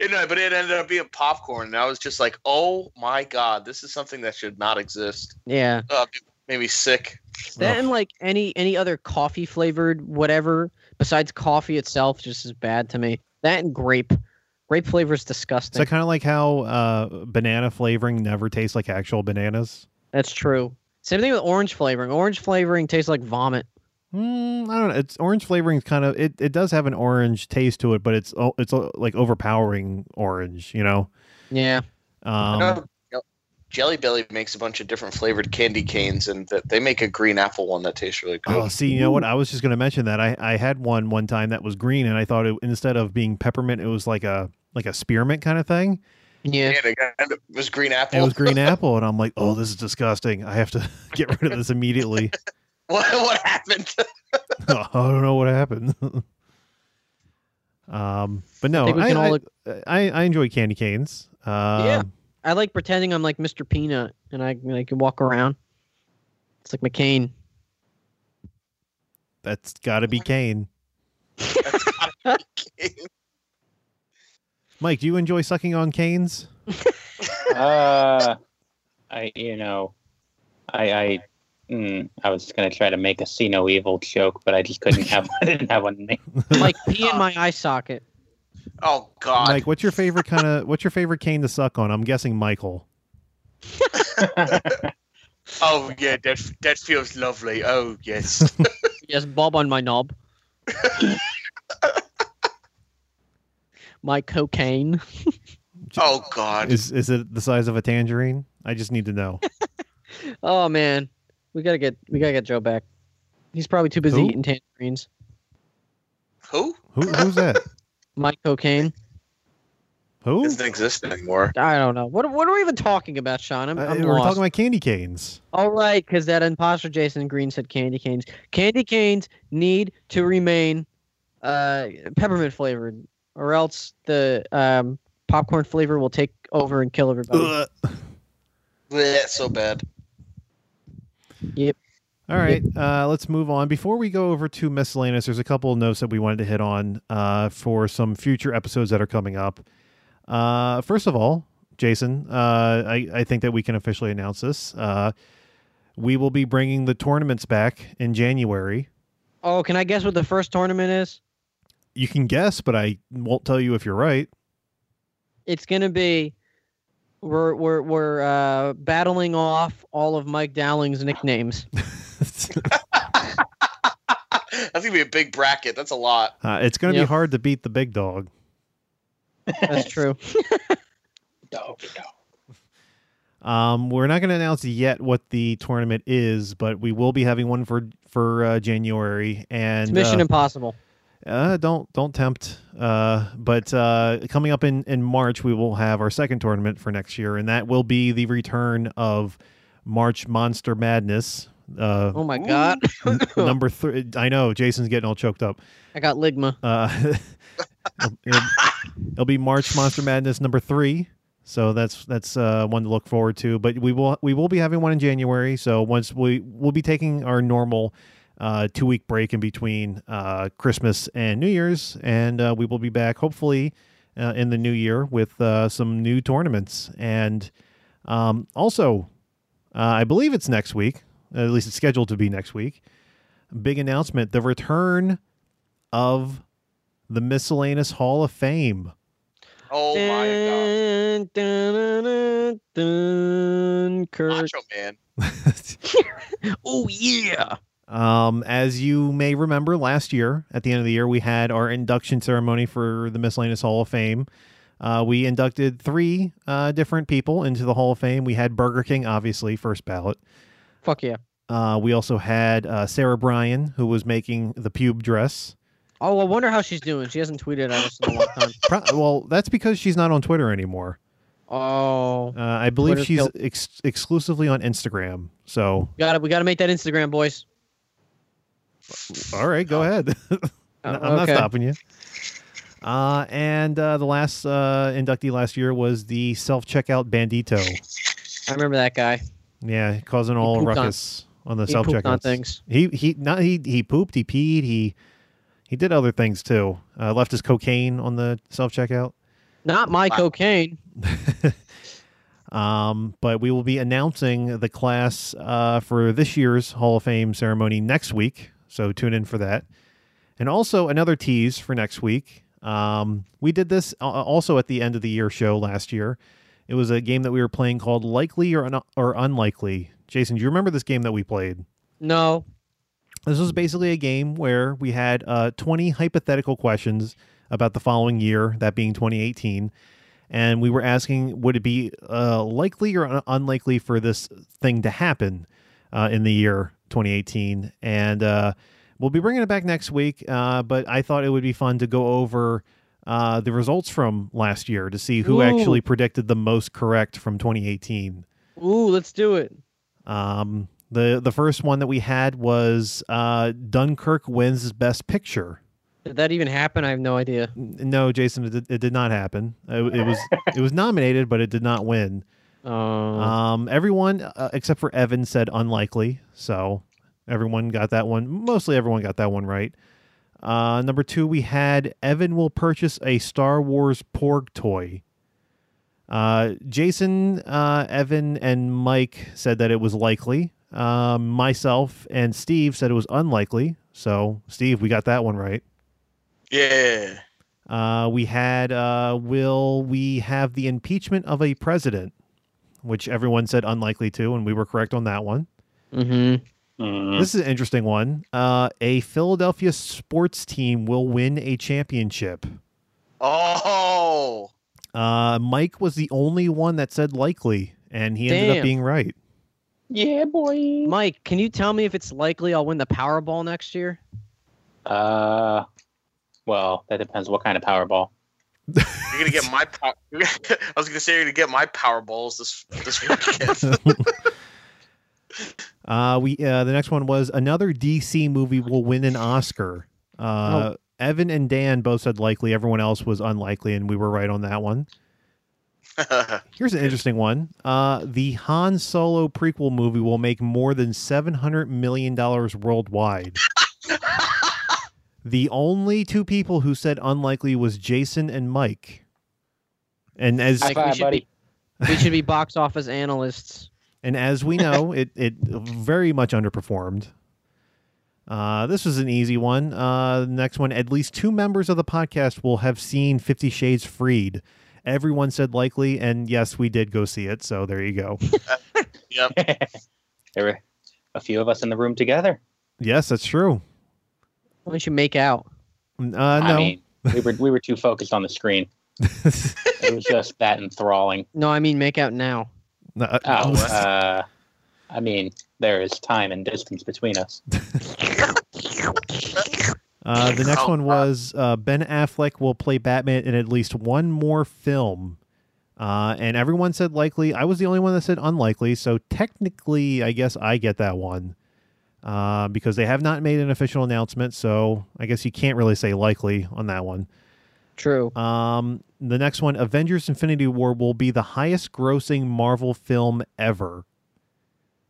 you know, but it ended up being popcorn, and I was just like, oh my god, this is something that should not exist. Yeah. Uh, it made me sick. That and like any any other coffee flavored whatever besides coffee itself just is bad to me. That and grape. Grape flavor is disgusting. So kind of like how uh, banana flavoring never tastes like actual bananas. That's true. Same thing with orange flavoring. Orange flavoring tastes like vomit. Mm, I don't know. It's orange flavoring is kind of it, it. does have an orange taste to it, but it's o- it's o- like overpowering orange. You know. Yeah. Um, No, no. Jelly Belly makes a bunch of different flavored candy canes, and th- they make a green apple one that tastes really good. Oh, see, you know what? I was just going to mention that I, I had one one time that was green, and I thought it, instead of being peppermint, it was like a like a spearmint kind of thing. Yeah. And it got- it was green apple. It was green apple, and I'm like, oh, this is disgusting. I have to get rid of this immediately. what, what happened? I don't know what happened. um, but no, I think we I, can all I, I I enjoy candy canes. Uh, Yeah. I like pretending I'm like Mr. Peanut and I I can walk around. It's like McCain. that's got to be cane. Mike, do you enjoy sucking on canes? Uh, I you know, I I mm, I was gonna try to make a see no evil joke, but I just couldn't have. I didn't have one. made. Like pee in my eye socket. oh God! Mike, what's your favorite kind of what's your favorite cane to suck on? I'm guessing Michael. oh yeah, that that feels lovely. Oh yes. Yes, bob on my knob. my cocaine. oh God! Is is it the size of a tangerine? I just need to know. Oh man, we gotta get we gotta get Joe back. He's probably too busy Who? eating tangerines. Who Who, who's that? My cocaine. Who? doesn't exist anymore? I don't know. What what are we even talking about, Sean? I'm, Uh, I'm we're lost. talking about candy canes. All right, because that imposter Jason Green said candy canes. Candy canes need to remain uh, peppermint flavored, or else the um, popcorn flavor will take over and kill everybody. Ugh. That's so bad. All right, uh, let's move on. Before we go over to miscellaneous, there's a couple of notes that we wanted to hit on uh, for some future episodes that are coming up. Uh, first of all, Jason, uh, I, I think that we can officially announce this. Uh, we will be bringing the tournaments back in January. Oh, can I guess what the first tournament is? You can guess, but I won't tell you if you're right. It's gonna be we're we're we're uh, battling off all of Mike Dowling's nicknames. That's gonna be a big bracket. That's a lot. uh, it's going to Yeah. be hard to beat the big dog. That's true. Um, we're not going to announce yet what the tournament is, but we will be having one for for uh, January, and It's Mission uh, Impossible. uh, don't don't tempt. Uh, but uh, coming up in in March, we will have our second tournament for next year, and that will be the return of March Monster Madness. Uh, Oh my god, n- number three. I know Jason's getting all choked up. I got ligma. Uh, it'll, it'll- it'll be March Monster Madness number three. So that's that's uh, one to look forward to. But we will we will be having one in January. So once we we'll be taking our normal uh, two week break in between uh, Christmas and New Year's, and uh, we will be back hopefully uh, in the new year with uh, some new tournaments. And um, also, uh, I believe it's next week. At least it's scheduled to be next week. Big announcement: the return of the Miscellaneous Hall of Fame. Oh my Dun, dun, dun, dun, dun, god, Kirk. Macho Man! Oh yeah. um, as you may remember, last year at the end of the year, we had our induction ceremony for the Miscellaneous Hall of Fame. Uh, we inducted three uh, different people into the Hall of Fame. We had Burger King, obviously, first ballot. Fuck yeah. Uh, we also had uh, Sarah Bryan, who was making the pube dress. Oh, I wonder how she's doing. She hasn't tweeted at us in a long time. Pro- well, that's because she's not on Twitter anymore. Oh, Uh, I believe Twitter's she's built- ex- exclusively on Instagram. So, got to We got to make that Instagram, boys. all right, go ahead. I'm not Uh, okay. stopping you. Uh, and uh, the last uh, inductee last year was the self checkout bandito. I remember that guy. Yeah, causing all pooped on- ruckus on, the He self pooped on checkout. things. He he not he he pooped. He peed. He he did other things too. Uh, left his cocaine on the self checkout. Not my Wow. cocaine. Um, but we will be announcing the class uh, for this year's Hall of Fame ceremony next week. So tune in for that. And also another tease for next week. Um, we did this a- also at the end of the year show last year. It was a game that we were playing called Likely or Un- or Unlikely. Jason, do you remember this game that we played? No. This was basically a game where we had uh, 20 hypothetical questions about the following year, that being 2018. And we were asking, would it be uh, likely or un- unlikely for this thing to happen uh, in the year 2018? And uh, we'll be bringing it back next week. Uh, but I thought it would be fun to go over uh, the results from last year to see who Ooh. actually predicted the most correct from 2018. Ooh, let's do it. Um, the the first one that we had was uh, Dunkirk wins Best Picture. Did that even happen? I have no idea. N- No, Jason, it did, it did not happen. Uh, It, it was it was nominated, but it did not win. Oh, Um, everyone uh, except for Evan said unlikely, so everyone got that one. Mostly everyone got that one right. Uh, number two, we had Evan will purchase a Star Wars Porg toy. Uh, Jason, uh, Evan, and Mike said that it was likely. Um, myself and Steve said it was unlikely. So, Steve, we got that one right. Yeah, Uh, we had uh, will we have the impeachment of a president, which everyone said unlikely to, and we were correct on that one. mm-hmm. Mm. This is an interesting one. Uh, a Philadelphia sports team will win a championship. oh, Uh, Mike was the only one that said likely, and he ended up Damn. being right. Yeah, boy. Mike, can you tell me if it's likely I'll win the Powerball next year? Uh, well, that depends what kind of Powerball. you're gonna get my. Pow- I was gonna say you're gonna get my power balls this this weekend. Uh, we uh, the next one was another DC movie will win an Oscar. Uh, Evan and Dan both said likely. Everyone else was unlikely, and we were right on that one. Here's an interesting one. Uh, the Han Solo prequel movie will make more than seven hundred million dollars worldwide. the only two people who said unlikely was Jason and Mike. And as Mike. High we five, should buddy. be- We should be box office analysts. and as we know, it it very much underperformed. Uh, this was an easy one. Uh, the next one, at least two members of the podcast will have seen Fifty Shades Freed. Everyone said likely, and yes, we did go see it. So there you go. yep. there were a few of us in the room together. yes, that's true. Why don't you make out? Uh, no, I mean, we were we were too focused on the screen. it was just that enthralling. No, I mean make out now. No, uh, Oh, uh, I mean, there is time and distance between us. Uh, the next Oh, one uh, was uh, Ben Affleck will play Batman in at least one more film. Uh, and everyone said likely. I was the only one that said unlikely. So technically, I guess I get that one uh, because they have not made an official announcement. So I guess you can't really say likely on that one. True. Um, the next one, Avengers: Infinity War, will be the highest-grossing Marvel film ever.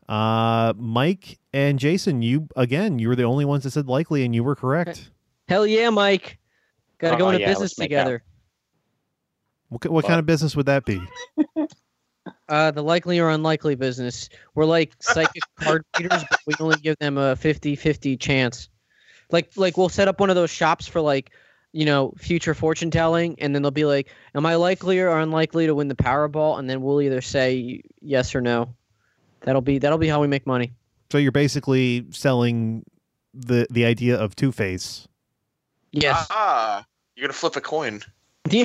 Uh, Mike and Jason, you again, you were the only ones that said likely, and you were correct. Hell yeah, Mike. Got to go Oh, into yeah, business let's make out. together. What, ki- what kind of business would that be? Uh, the likely or unlikely business. We're like psychic card readers, but we only give them a 50-50 chance. Like like we'll set up one of those shops for like, you know, future fortune telling, and then they'll be like, "Am I likely or unlikely to win the Powerball?" And then we'll either say yes or no. That'll be that'll be how we make money. So you're basically selling the the idea of Two Face. Yes. Ah, you're gonna flip a coin. Yeah.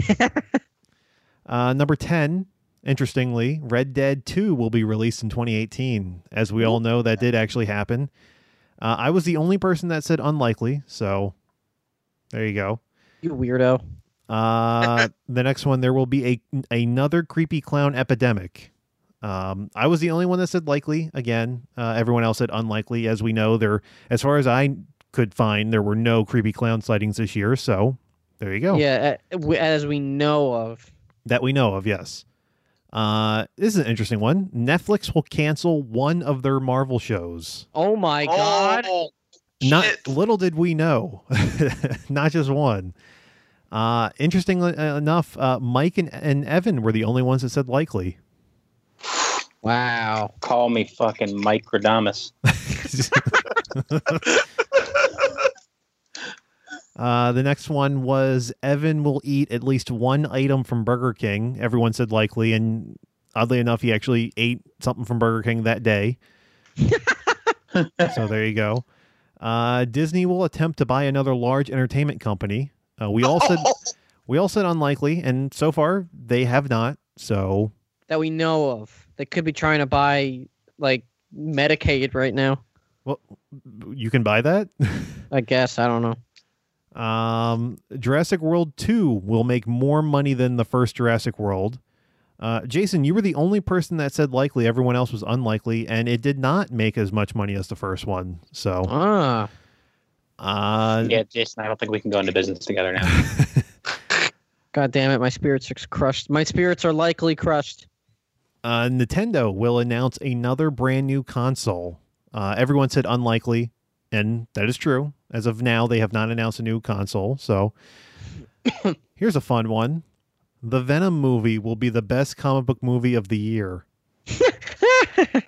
Uh, number ten, interestingly, Red Dead Two will be released in 2018. As we all know, that did actually happen. Uh, I was the only person that said unlikely, so there you go. you weirdo. Uh, the next one, there will be a another creepy clown epidemic. Um, I was the only one that said likely again. Uh, everyone else said unlikely. As we know, there, as far as I could find, there were no creepy clown sightings this year. So there you go. Yeah, a- w- as we know of. That we know of, yes. Uh, this is an interesting one. Netflix will cancel one of their Marvel shows. Oh my god. Oh, Not shit. little did we know, not just one. Uh, interestingly enough, uh, Mike and, and Evan were the only ones that said likely. Wow. Call me fucking Mike Radamus. uh, the next one was Evan will eat at least one item from Burger King. Everyone said likely, and oddly enough, he actually ate something from Burger King that day. so there you go. Uh, Disney will attempt to buy another large entertainment company. Uh, we all said we all said unlikely, and so far they have not. So That we know of. They could be trying to buy like Medicaid right now. you can buy that. I guess I don't know. Um, Jurassic World 2 will make more money than the first Jurassic World. Uh, Jason, you were the only person that said likely. Everyone else was unlikely, and it did not make as much money as the first one. So, Ah, uh, Yeah, Jason, I don't think we can go into business together now. god damn it! My spirits are crushed. My spirits are likely crushed. uh, Nintendo will announce another brand new console. Uh, everyone said unlikely, and that is true. As of now, they have not announced a new console. So here's a fun one The Venom movie will be the best comic book movie of the year.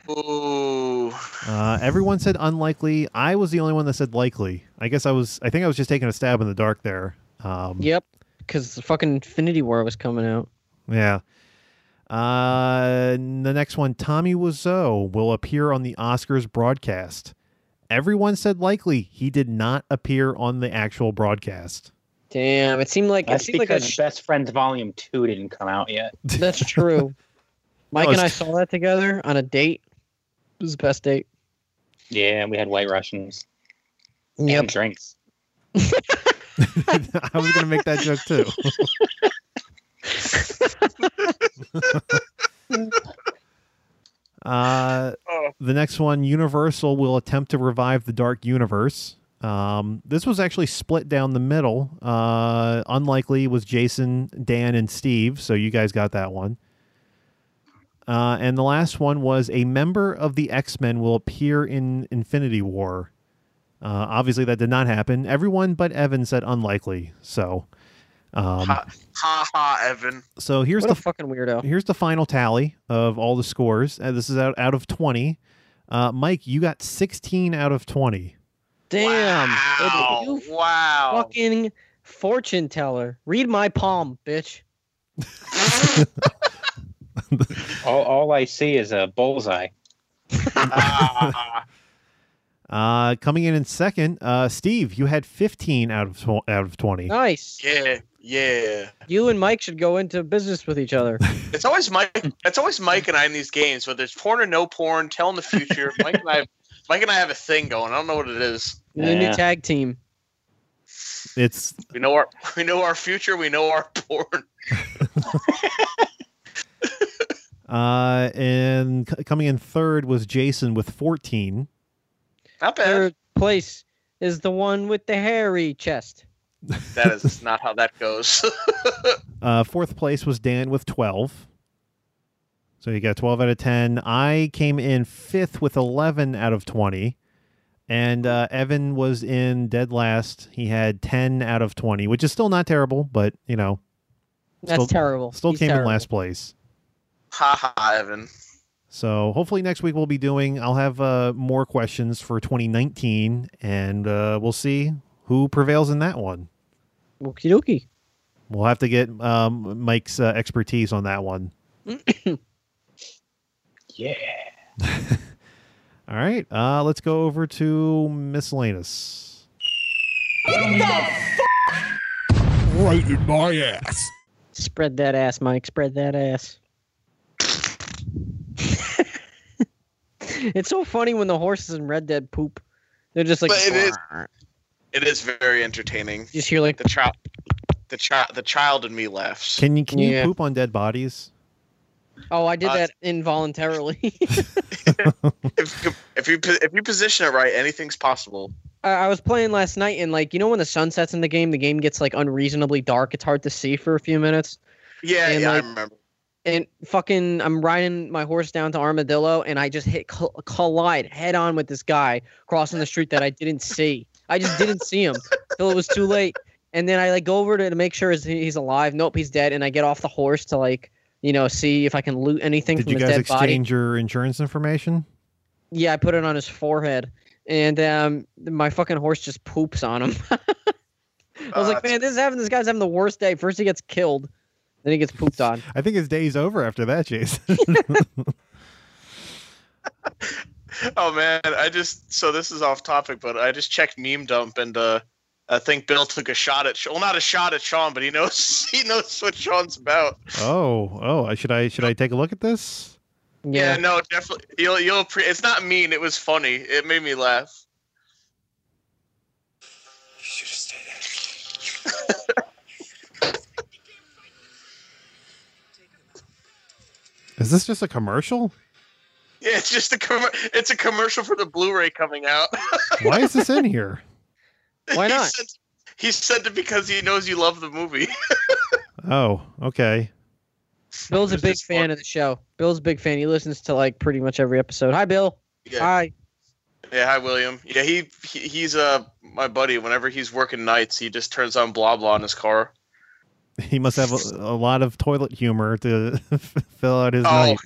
Ooh. Uh, everyone said unlikely. I was the only one that said likely. I guess I was. I think I was just taking a stab in the dark there. Um, yep, because the fucking Infinity War was coming out. Yeah. Uh, the next one, Tommy Wiseau will appear on the Oscars broadcast. Everyone said likely. He did not appear on the actual broadcast. Damn, it seemed like it That's seemed like a. because Sh- Best Friends Volume 2 didn't come out yet. that's true. Mike No, and I it's- saw that together on a date. It was the best date. Yeah, we had White Russians and drinks. I was gonna make that joke too. uh, Oh. the next one, Universal will attempt to revive the Dark Universe. Um, this was actually split down the middle. Uh, unlikely was Jason, Dan, and Steve, so you guys got that one. Uh, and the last one was a member of the X Men will appear in Infinity War. Uh, obviously, that did not happen. Everyone but Evan said unlikely. So, um, Ha ha, ha, Evan. so here's what the a fucking weirdo. here's the final tally of all the scores. Uh, this is out out of twenty. Uh, Mike, you got sixteen out of twenty. Damn, Wow. you wow. fucking fortune teller. Read my palm, bitch. All, all I see is a bullseye. Ah. Uh, coming in in second, uh, Steve, you had fifteen out of tw- out of twenty. Nice. yeah. Yeah. You and Mike should go into business with each other. It's always Mike. It's always Mike and I in these games, whether it's porn or no porn. Tell in the future. Mike and I. Mike and I have a thing going. I don't know what it is. You're the Yeah. new tag team. It's We know our. We know our future. We know our porn. uh and c- coming in third was Jason with 14. Not bad. Third place is the one with the hairy chest. That is not how that goes. Uh fourth place was Dan with 12. So you got 12 out of 10. I came in fifth with 11 out of 20. And uh, Evan was in dead last. He had 10 out of 20, which is still not terrible, but you know, That's Still- terrible. still He's came terrible. in last place. ha ha, Evan. So hopefully next week we'll be doing. I'll have uh, more questions for 2019, and uh, we'll see who prevails in that one. Okie dokie. We'll have to get um, Mike's uh, expertise on that one. Yeah. All right, uh, let's go over to miscellaneous. Right in my ass. Spread that ass, Mike. Spread that ass. it's so funny when the horses in Red Dead poop. They're just like But it is- It is very entertaining. You just hear like The child. The child. The child in me laughs. Can you can you Yeah. poop on dead bodies? oh I did Uh, that involuntarily. if, you, if you po- if you position it right, anything's possible. I, I was playing last night and like you know when the sun sets in the game, the game gets like unreasonably dark. It's hard to see for a few minutes. Yeah, And, yeah, like- I remember. and fucking I'm riding my horse down to Armadillo and I just hit col- collide head on with this guy crossing the street that I didn't see. I just didn't see him till it was too late. And then I like go over to, to make sure is he- he's alive. Nope, he's dead. And I get off the horse to like you know see if I can loot anything Did from you his guys dead body. exchange your insurance information? Yeah, I put it on his forehead, and um, my fucking horse just poops on him. I was Uh, like, man, this is having this guy's having the worst day. First he gets killed, then he gets pooped on. I think his day's over after that, Jason. Oh man, I just so this is off topic, but I just checked meme dump and uh I think Bill took a shot at Sh- well not a shot at Sean, but he knows he knows what Sean's about. oh, oh, I- should I should I take a look at this? Yeah, Yeah, no, definitely. You'll you'll pre- it's not mean, it was funny. It made me laugh. should have stayed there. Is this just a commercial? Yeah, it's just a com- it's a commercial for the Blu-ray coming out. Why is this in here? why He not? sent- He sent it because he knows you love the movie. Oh, okay. Bill's a It's big just fan fun. of the show. Bill's a big fan. He listens to like pretty much every episode. Hi, Bill. Yeah. Hi. Yeah, hi William. Yeah, he, he he's uh my buddy. Whenever he's working nights, he just turns on blah blah in his car. He must have a, a lot of toilet humor to fill out his Oh, night.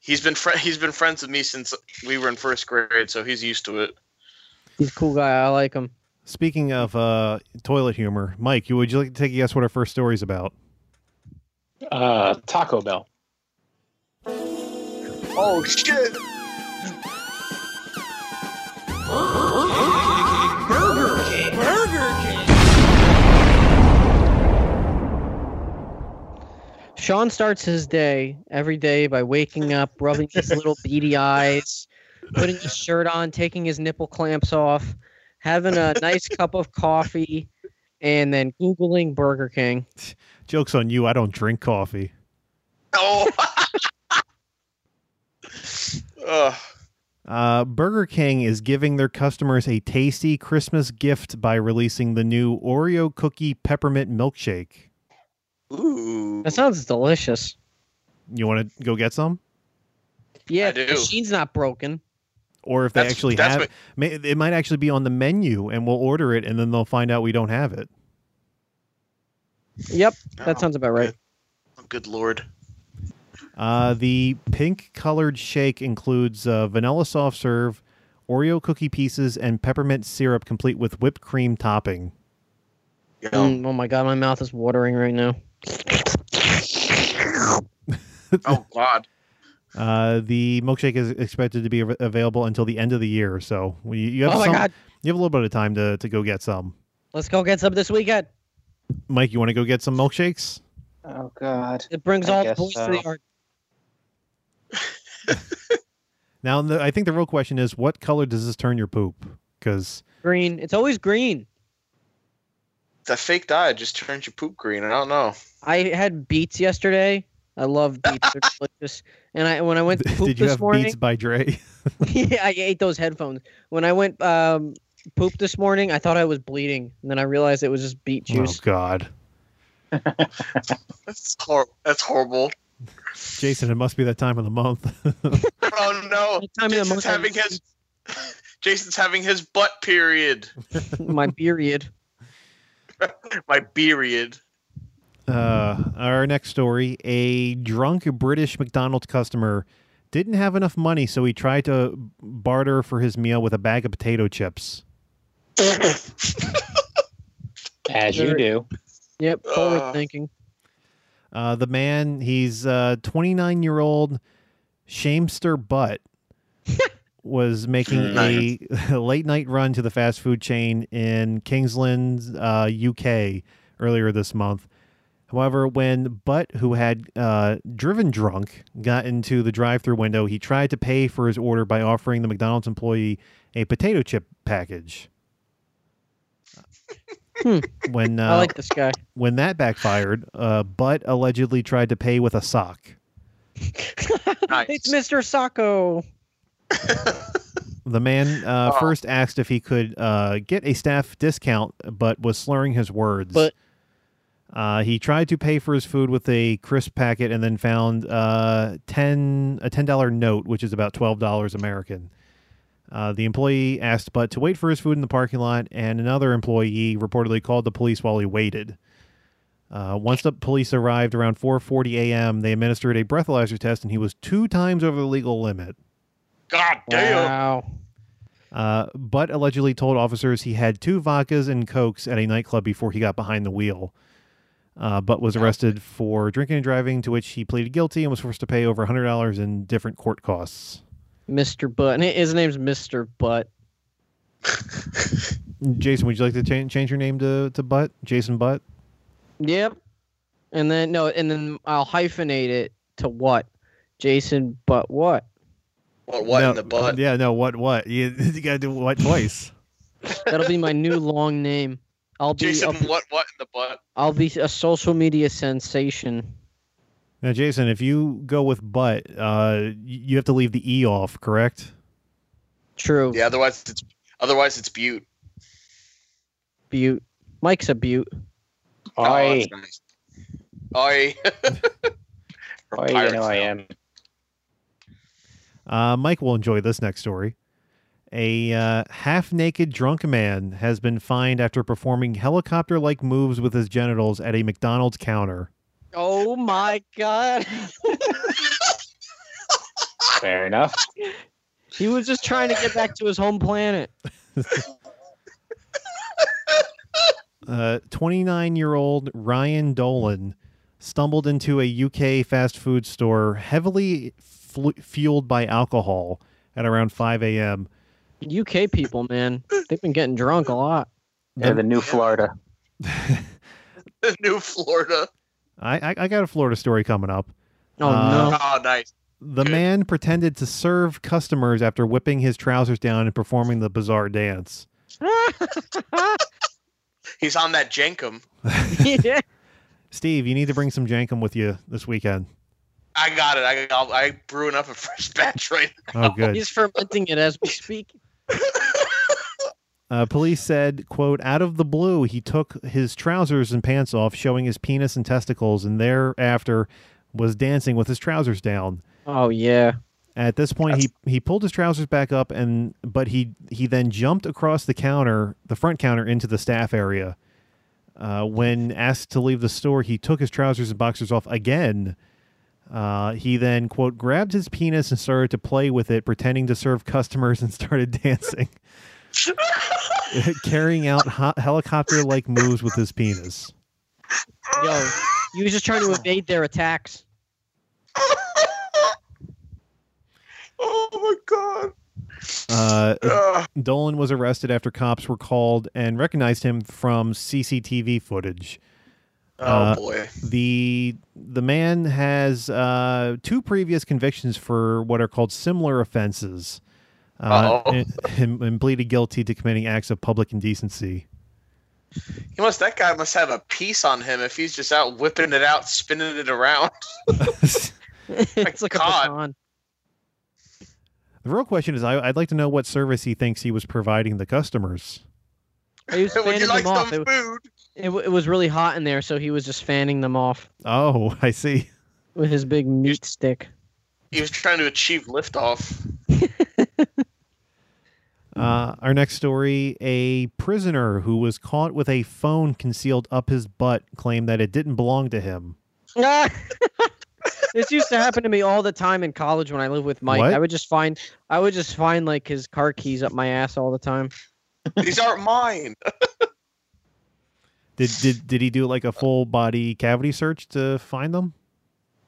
he's been fri he's been friends with me since we were in first grade, so he's used to it. He's a cool guy. I like him. Speaking of uh, toilet humor, Mike, you would you like to take a guess what our first story's about? Uh, Taco Bell. Oh shit! Sean starts his day every day by waking up, rubbing his little beady eyes, putting his shirt on, taking his nipple clamps off, having a nice cup of coffee, and then Googling Burger King. Joke's on you. I don't drink coffee. Oh. Ugh. Uh, Burger King is giving their customers a tasty Christmas gift by releasing the new Oreo cookie peppermint milkshake. Ooh. That sounds delicious. You want to go get some? Yeah, I if the do. machine's not broken. Or if they That's- actually that's have what- may, it might actually be on the menu and we'll order it and then they'll find out we don't have it. Yep, that Oh, sounds about right. Good lord. Uh, the pink colored shake includes uh, vanilla soft serve, Oreo cookie pieces, and peppermint syrup, complete with whipped cream topping. Yo. Mm, oh my god, my mouth is watering right now. Oh god. Uh, the milkshake is expected to be av- available until the end of the year, so we, you have Oh my some- god, you have a little bit of time to, to go get some. let's go get some this weekend. Mike, you want to go get some milkshakes? Oh God. It brings I all the guess boys to the so. yard. Now, the, I think the real question is, what color does this turn your poop? Because Green. It's always green. That fake dye just turns your poop green. I don't know. I had beets yesterday. I love beets. They're delicious. And I when I went to poop did you this have morning, Beats by Dre? yeah, I ate those headphones. When I went um, poop this morning, I thought I was bleeding, and then I realized it was just beet oh juice. God, That's hor- That's horrible. Jason, it must be that time of the month. Oh no! The time of the Jason's month I having his Jason's having his butt period. My period. My period. Uh, our next story a drunk British McDonald's customer didn't have enough money, so he tried to barter for his meal with a bag of potato chips. As you Very- do. Yep. Forward Ugh. thinking. Uh, the man, he's uh 29 year old Shamester Butt, was making a, late night run to the fast food chain in Kingsland, uh, UK, earlier this month. However, when Butt, who had uh, driven drunk, got into the drive through window, he tried to pay for his order by offering the McDonald's employee a potato chip package. Hmm. When uh, I like this guy. when that backfired, uh, Butt allegedly tried to pay with a sock. Nice. It's Mr. Sacco. The man uh, Oh. first asked if he could uh, get a staff discount, but was slurring his words. But- uh, he tried to pay for his food with a crisp packet, and then found uh, ten a ten dollar note, which is about twelve dollars American. Uh, the employee asked Butt to wait for his food in the parking lot, and another employee reportedly called the police while he waited. Uh, once the police arrived around 4:40 a.m., they administered a breathalyzer test, and he was two times over the legal limit. God damn. Wow. Uh, but allegedly told officers he had two vodkas and cokes at a nightclub before he got behind the wheel. Uh, but was arrested for drinking and driving, to which he pleaded guilty and was forced to pay over $100 in different court costs. Mr. Butt. And his name's Mr. Butt. Jason, would you like to cha- change your name to, to Butt? Jason Butt? Yep. And then no, and then I'll hyphenate it to what? Jason Butt what? What, what No, in the butt? Yeah, no, what, what? You, you got to do what twice. That'll be my new long name. I'll be Jason, a- what what in the butt? I'll be a social media sensation. now, Jason, if you go with Butt, uh, y- you have to leave the E off, correct? True. Yeah, otherwise it's otherwise it's butte. Butte. Mike's a butte. Oh, Oi, that's nice. Oi. From oi, you Pirates know I now. am. Uh, Mike will enjoy this next story. A uh, half naked drunk man has been fined after performing helicopter like moves with his genitals at a McDonald's counter. Oh my god. Fair enough. he was just trying to get back to his home planet. Uh, 29 year old Ryan Dolan stumbled into a UK fast food store heavily flu fueled by alcohol at around 5 a.m. UK people, man. They've been getting drunk a lot. They're the new Florida. New Florida. I, I, I got a Florida story coming up. Oh Uh, no. Oh, nice. The man pretended to serve customers after whipping his trousers down and performing the bizarre dance. He's on that Jenkum. yeah. Steve, you need to bring some Jankum with you this weekend. I got it. I I'll, I brewing up a fresh batch right Oh, good. He's fermenting it as we speak. Uh, police said, "quote Out of the blue, he took his trousers and pants off, showing his penis and testicles, and thereafter was dancing with his trousers down. Oh yeah. At this point, he he pulled his trousers back up, and but he he then jumped across the counter, the front counter, into the staff area. Uh, when asked to leave the store, he took his trousers and boxers off again. Uh, he then quote grabbed his penis and started to play with it, pretending to serve customers, and started dancing, carrying out ho- helicopter like moves with his penis. Yo, he was just trying to evade their attacks. now. oh my god. Uh, Ugh. Dolan was arrested after cops were called and recognized him from CCTV footage. Oh Uh, boy. the the man has uh, two previous convictions for what are called similar offenses, uh, Uh-oh. and, and- and pleaded guilty to committing acts of public indecency. He must. That guy must have a piece on him if he's just out whipping it out, spinning it around. it's like God. a baton. The real question is, I, I'd like to know what service he thinks he was providing the customers. He was Would fanning you like them off. some It, food? it, w- it was really hot in there, so he was just fanning them off Oh, I see. with his big meat stick. He was trying to achieve liftoff. Uh, our next story: a prisoner who was caught with a phone concealed up his butt claimed that it didn't belong to him. Ah! this used to happen to me all the time in college when I lived with Mike. What? I would just find I would just find like his car keys up my ass all the time. These aren't mine. Did did did he do like a full body cavity search to find them?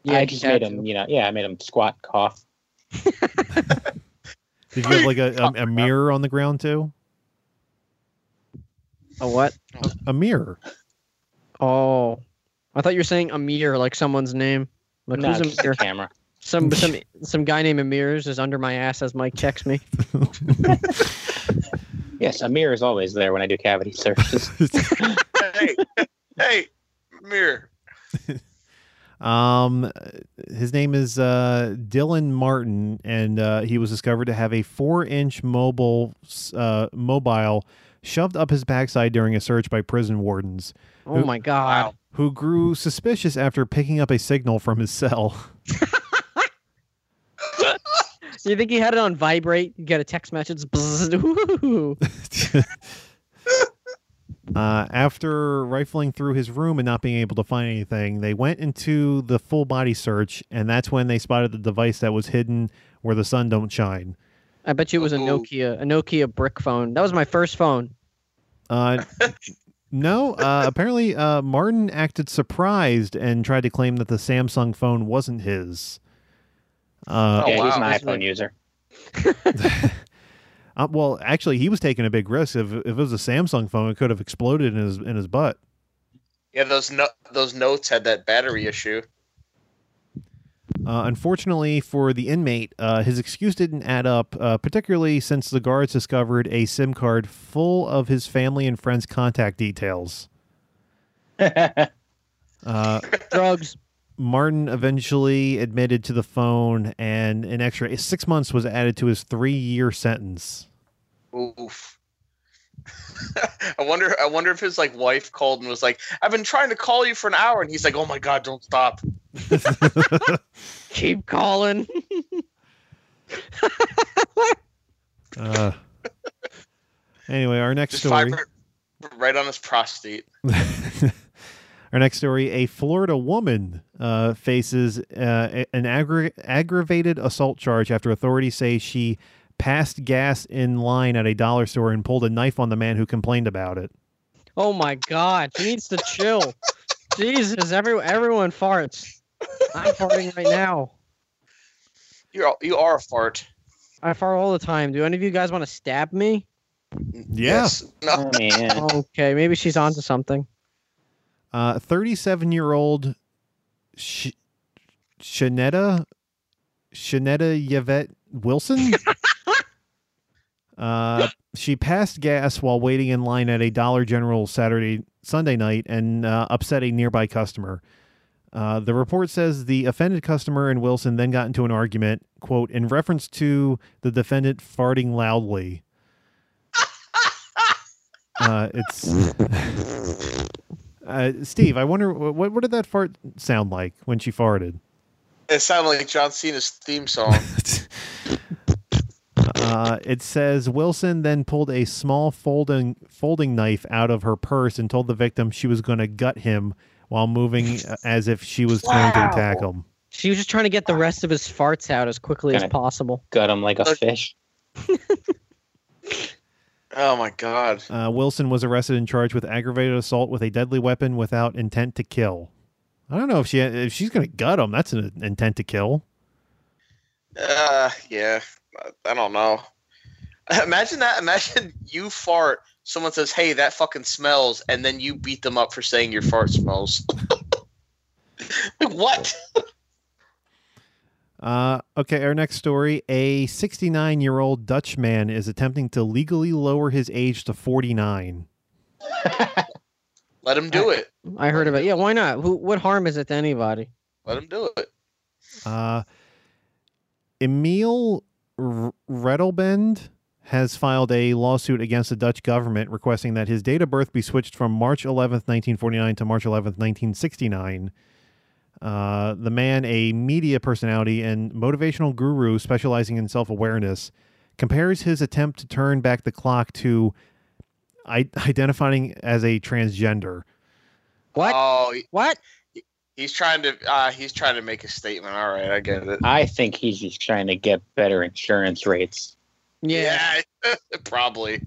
Yeah, I just had made to. him, you know, yeah, I made him squat, cough. Did you have like a, a, a mirror on the ground too? A what? A mirror. Oh, I thought you were saying Amir, like someone's name. Like No, who's just the Amir? camera. Some some some guy named Amir is under my ass as Mike checks me. Yes, a mirror is always there when I do cavity searches. hey, hey, mirror. um, his name is uh, Dylan Martin, and uh, he was discovered to have a four-inch mobile uh, mobile shoved up his backside during a search by prison wardens, Oh Who- my god! who grew suspicious after picking up a signal from his cell. You think he had it on vibrate? You get a text message. Bzzz, woo. Uh, after rifling through his room and not being able to find anything, they went into the full body search, and that's when they spotted the device that was hidden where the sun don't shine. I bet you it was a Ooh. Nokia, a Nokia brick phone. That was my first phone. Uh, no, uh, apparently uh, Martin acted surprised and tried to claim that the Samsung phone wasn't his. Uh, Oh, yeah, he's wow. an That's iPhone like- user. uh, well, actually, he was taking a big risk. If, if it was a Samsung phone, it could have exploded in his in his butt. Yeah, those no- those notes had that battery issue. Uh, unfortunately for the inmate, uh, his excuse didn't add up, uh, particularly since the guards discovered a SIM card full of his family and friends' contact details. Uh, Drugs. Martin eventually admitted to the phone, and an extra six months was added to his three-year sentence. Oof. I wonder. I wonder if his like wife called and was like, "I've been trying to call you for an hour," and he's like, "Oh my god, don't stop." Keep calling. Uh, anyway, our next Just story. fiber right on his prostate. Our next story: A Florida woman uh, faces uh, an aggra- aggravated assault charge after authorities say she passed gas in line at a dollar store and pulled a knife on the man who complained about it. Oh my god! She needs to chill. Jesus, every, everyone farts. I'm farting right now. You're all- you are a fart. I fart all the time. Do any of you guys want to stab me? Yes. No. oh, man. Okay, maybe she's onto something. Uh, 37-year-old Sh- Shanetta Shanetta Yvette Wilson. uh, she passed gas while waiting in line at a Dollar General Saturday Sunday night and uh, upset a nearby customer. Uh, the report says the offended customer and Wilson then got into an argument, quote, in reference to the defendant farting loudly. uh, it's uh, Steve. I wonder wh- what what did that fart sound like when she farted? It sounded like John Cena's theme song. Uh, it says Wilson then pulled a small folding folding knife out of her purse and told the victim she was going to gut him while moving uh, as if she was going to attack him. She was just trying to get the rest of his farts out as quickly as Kinda- possible. Gut him like a fish. oh my god. Uh, Wilson was arrested and charged with aggravated assault with a deadly weapon without intent to kill. I don't know if she if she's going to gut him. That's an intent to kill. Uh, yeah. I- I don't know. Imagine that. Imagine you fart someone says, "Hey, that fucking smells," and then you beat them up for saying your fart smells. like, what? Uh, okay, our next story. A 69 year old Dutch man is attempting to legally lower his age to 49. Let him do it. I heard about. Yeah, why not? Who, what harm is it to anybody? Let him do it. Uh, Emil R- Redelbend has filed a lawsuit against the Dutch government requesting that his date of birth be switched from March 11th, 1949 to March 11th, 1969. Uh, the man, a media personality and motivational guru specializing in self awareness, compares his attempt to turn back the clock to I- identifying as a transgender. What? Oh, he- what? he's trying to. Uh, he's trying to make a statement. All right, I get it. I think he's just trying to get better insurance rates. Yeah. Yeah, probably.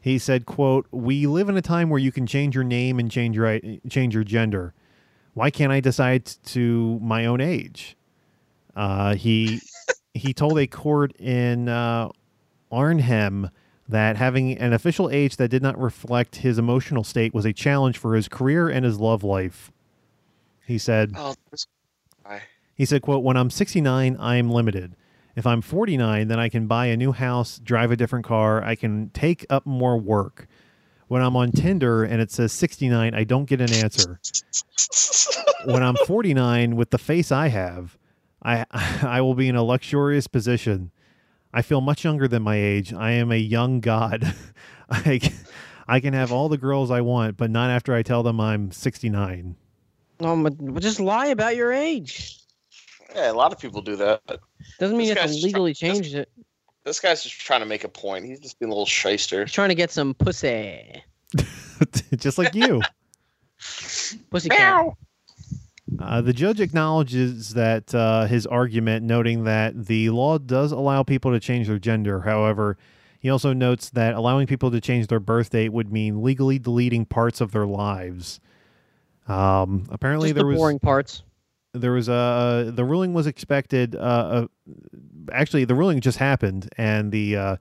He said, "quote We live in a time where you can change your name and change your change your gender. Why can't I decide to my own age?" Uh, he he told a court in uh, Arnhem that having an official age that did not reflect his emotional state was a challenge for his career and his love life. He said, Oh, he said, quote, when I'm 69, I am limited. If I'm 49, then I can buy a new house, drive a different car, I can take up more work. When I'm on Tinder and it says 69, I don't get an answer. when I'm 49 with the face I have, I I will be in a luxurious position. I feel much younger than my age. I am a young god. I c- I can have all the girls I want, but not after I tell them I'm 69. Um, but just lie about your age. yeah, a lot of people do that. Doesn't mean This you have to guy's tr- legally change it. This guy's just trying to make a point. He's just being a little shyster. He's trying to get some pussy. Just like you. Pussy cat. Uh, the judge acknowledges that uh, his argument, noting that the law does allow people to change their gender. However, he also notes that allowing people to change their birth date would mean legally deleting parts of their lives. Um, apparently, Just the there was boring parts. there was a the ruling was expected. Uh, uh, actually, the ruling just happened, and the uh,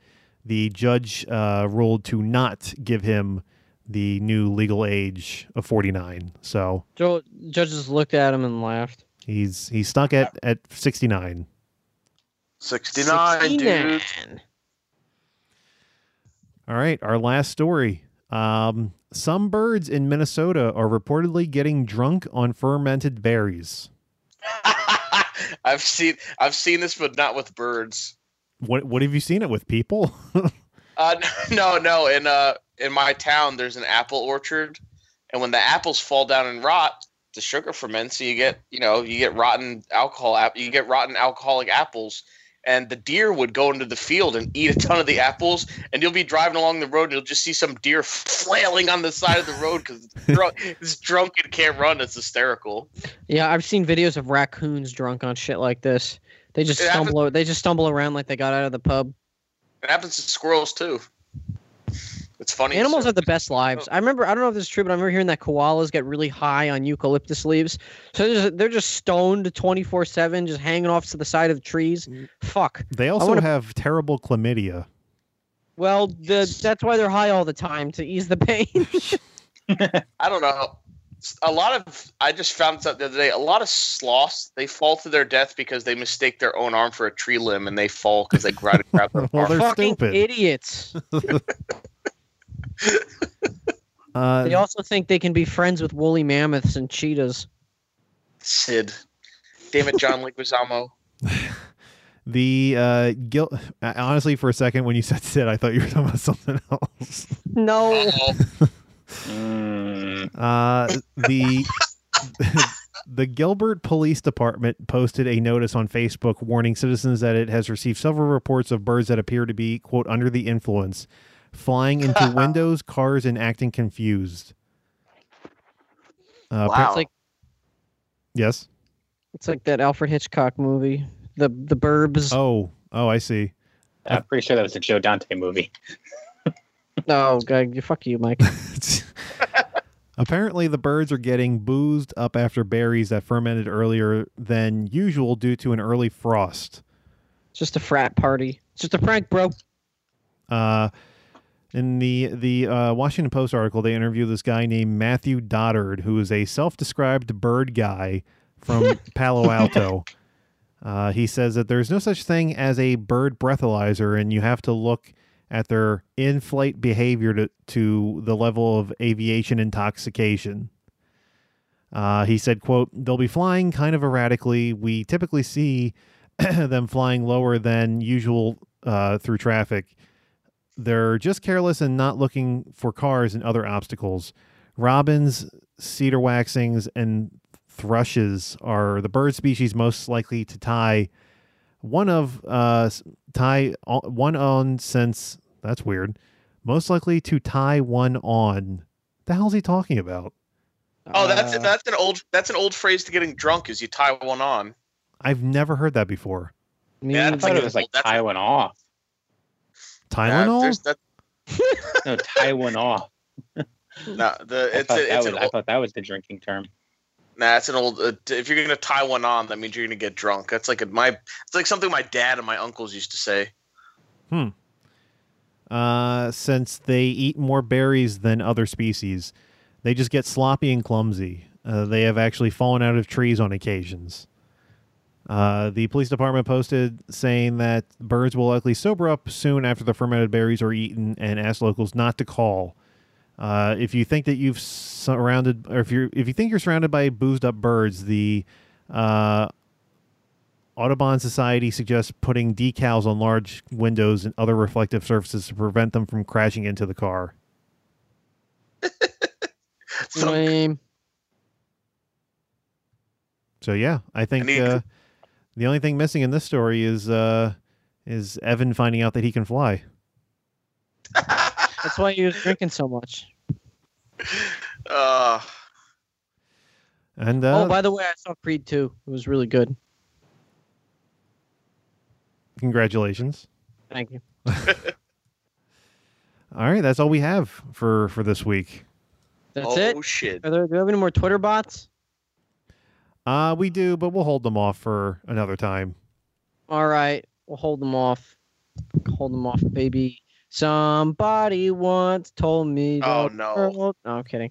the judge uh, ruled to not give him the new legal age of forty nine. So Joe, judges looked at him and laughed. He's he's stuck at at 69. 69, dude. 69. All right, our last story. Um, some birds in Minnesota are reportedly getting drunk on fermented berries. I've seen I've seen this, but not with birds. What what have you seen it with people? Uh, no, no. In uh, in my town, there's an apple orchard, and when the apples fall down and rot, the sugar ferments, so you get you know you get rotten alcohol app, you get rotten alcoholic apples, and the deer would go into the field and eat a ton of the apples, and you'll be driving along the road and you'll just see some deer flailing on the side of the road because it's drunk and can't run. It's hysterical. Yeah, I've seen videos of raccoons drunk on shit like this. They just It happens- stumble. They just stumble around like they got out of the pub. It happens to squirrels too. It's funny. Animals so- have the best lives. Oh. I remember, I don't know if this is true, but I remember hearing that koalas get really high on eucalyptus leaves. So they're just, they're just stoned 24 7, just hanging off to the side of the trees. Mm. Fuck. they also wanna- have terrible chlamydia. Well, the, that's why they're high all the time to ease the pain. I don't know. A lot of I just found this out the other day. A lot of sloths they fall to their death because they mistake their own arm for a tree limb and they fall because they grab grab their Well, arm. they're Fucking stupid. idiots. Uh, They also think they can be friends with woolly mammoths and cheetahs. Sid, damn it, John Uh, Leguizamo. the uh, guilt. Honestly, for a second when you said Sid, I thought you were talking about something else. No. Uh-oh. Mm, Uh, the the Gilbert Police Department posted a notice on Facebook warning citizens that it has received several reports of birds that appear to be quote under the influence, flying into windows, cars, and acting confused. Uh, Wow. It's like Yes. it's like that Alfred Hitchcock movie, the the Burbs. Oh. Oh, I see. I'm pretty sure that was a Joe Dante movie. Oh god, you- fuck you, Mike. Apparently, the birds are getting boozed up after berries that fermented earlier than usual due to an early frost. It's just a frat party. It's just a prank, bro. Uh, In the the uh, Washington Post article, they interview this guy named Matthew Doddard, who is a self-described bird guy from Palo Alto. Uh, he says that there's no such thing as a bird breathalyzer, and you have to look at their in-flight behavior to, to the level of aviation intoxication. Uh, he said, "quote They'll be flying kind of erratically. We typically see them flying lower than usual uh, through traffic. They're just careless and not looking for cars and other obstacles. Robins, cedar waxings, and thrushes are the bird species most likely to tie one of uh, s- tie o- one on since that's weird. Most likely to tie one on. The hell's he talking about? Oh, that's Uh, that's an old that's an old phrase to getting drunk is you tie one on. I've never heard that before. me Yeah, I that's thought like it was a- like that's- Taiwan off. Nah, Tylenol. there's- that, No, Taiwan off. nah, the, I it's, thought, a, that it's was, an I old, thought that was the drinking term. nah, it's an old. Uh, if you're gonna tie one on, that means you're gonna get drunk. That's like a, my it's like something my dad and my uncles used to say. uh, since they eat more berries than other species. They just get sloppy and clumsy. Uh, they have actually fallen out of trees on occasions. Uh, the police department posted saying that birds will likely sober up soon after the fermented berries are eaten and asked locals not to call. Uh, if you think that you've surrounded, or if you if you think you're surrounded by boozed up birds, the uh, Audubon Society suggests putting decals on large windows and other reflective surfaces to prevent them from crashing into the car. So, Lame. So yeah, I think need- uh, the only thing missing in this story is uh, is Evan finding out that he can fly. That's why he was drinking so much. uh, And uh, oh, by the way, I saw Creed 2. It was really good. congratulations! Thank you. All right, that's all we have for for this week. That's oh it. shit! Are there, do we have any more Twitter bots? Uh, we do, but we'll hold them off for another time. All right, we'll hold them off. Hold them off, baby. Somebody once told me. Oh, the no. world- No, I'm kidding.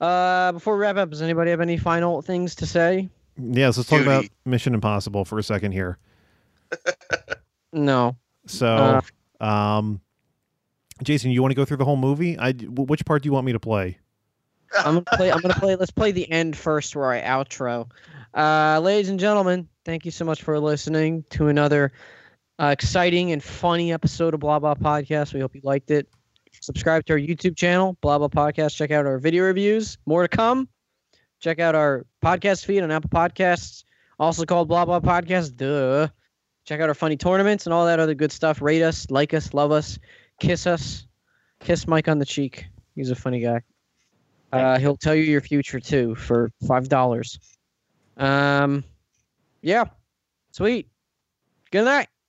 Uh, before we wrap up, does anybody have any final things to say? Yes, let's talk about Duty. Mission Impossible for a second here. No. Uh, So, um, Jason, you want to go through the whole movie? I w- which part do you want me to play? I'm gonna play. I'm gonna play. Let's play the end first, where I outro. Uh, ladies and gentlemen, thank you so much for listening to another uh, exciting and funny episode of Blah Blah Podcast. We hope you liked it. Subscribe to our YouTube channel, Blah Blah Podcast. Check out our video reviews. More to come. Check out our podcast feed on Apple Podcasts, also called Blah Blah Podcast. Duh. Check out our funny tournaments and all that other good stuff. Rate us, like us, love us, kiss us, kiss Mike on the cheek. He's a funny guy. Uh, he'll tell you your future too for five dollars. Um, yeah, sweet. Good night.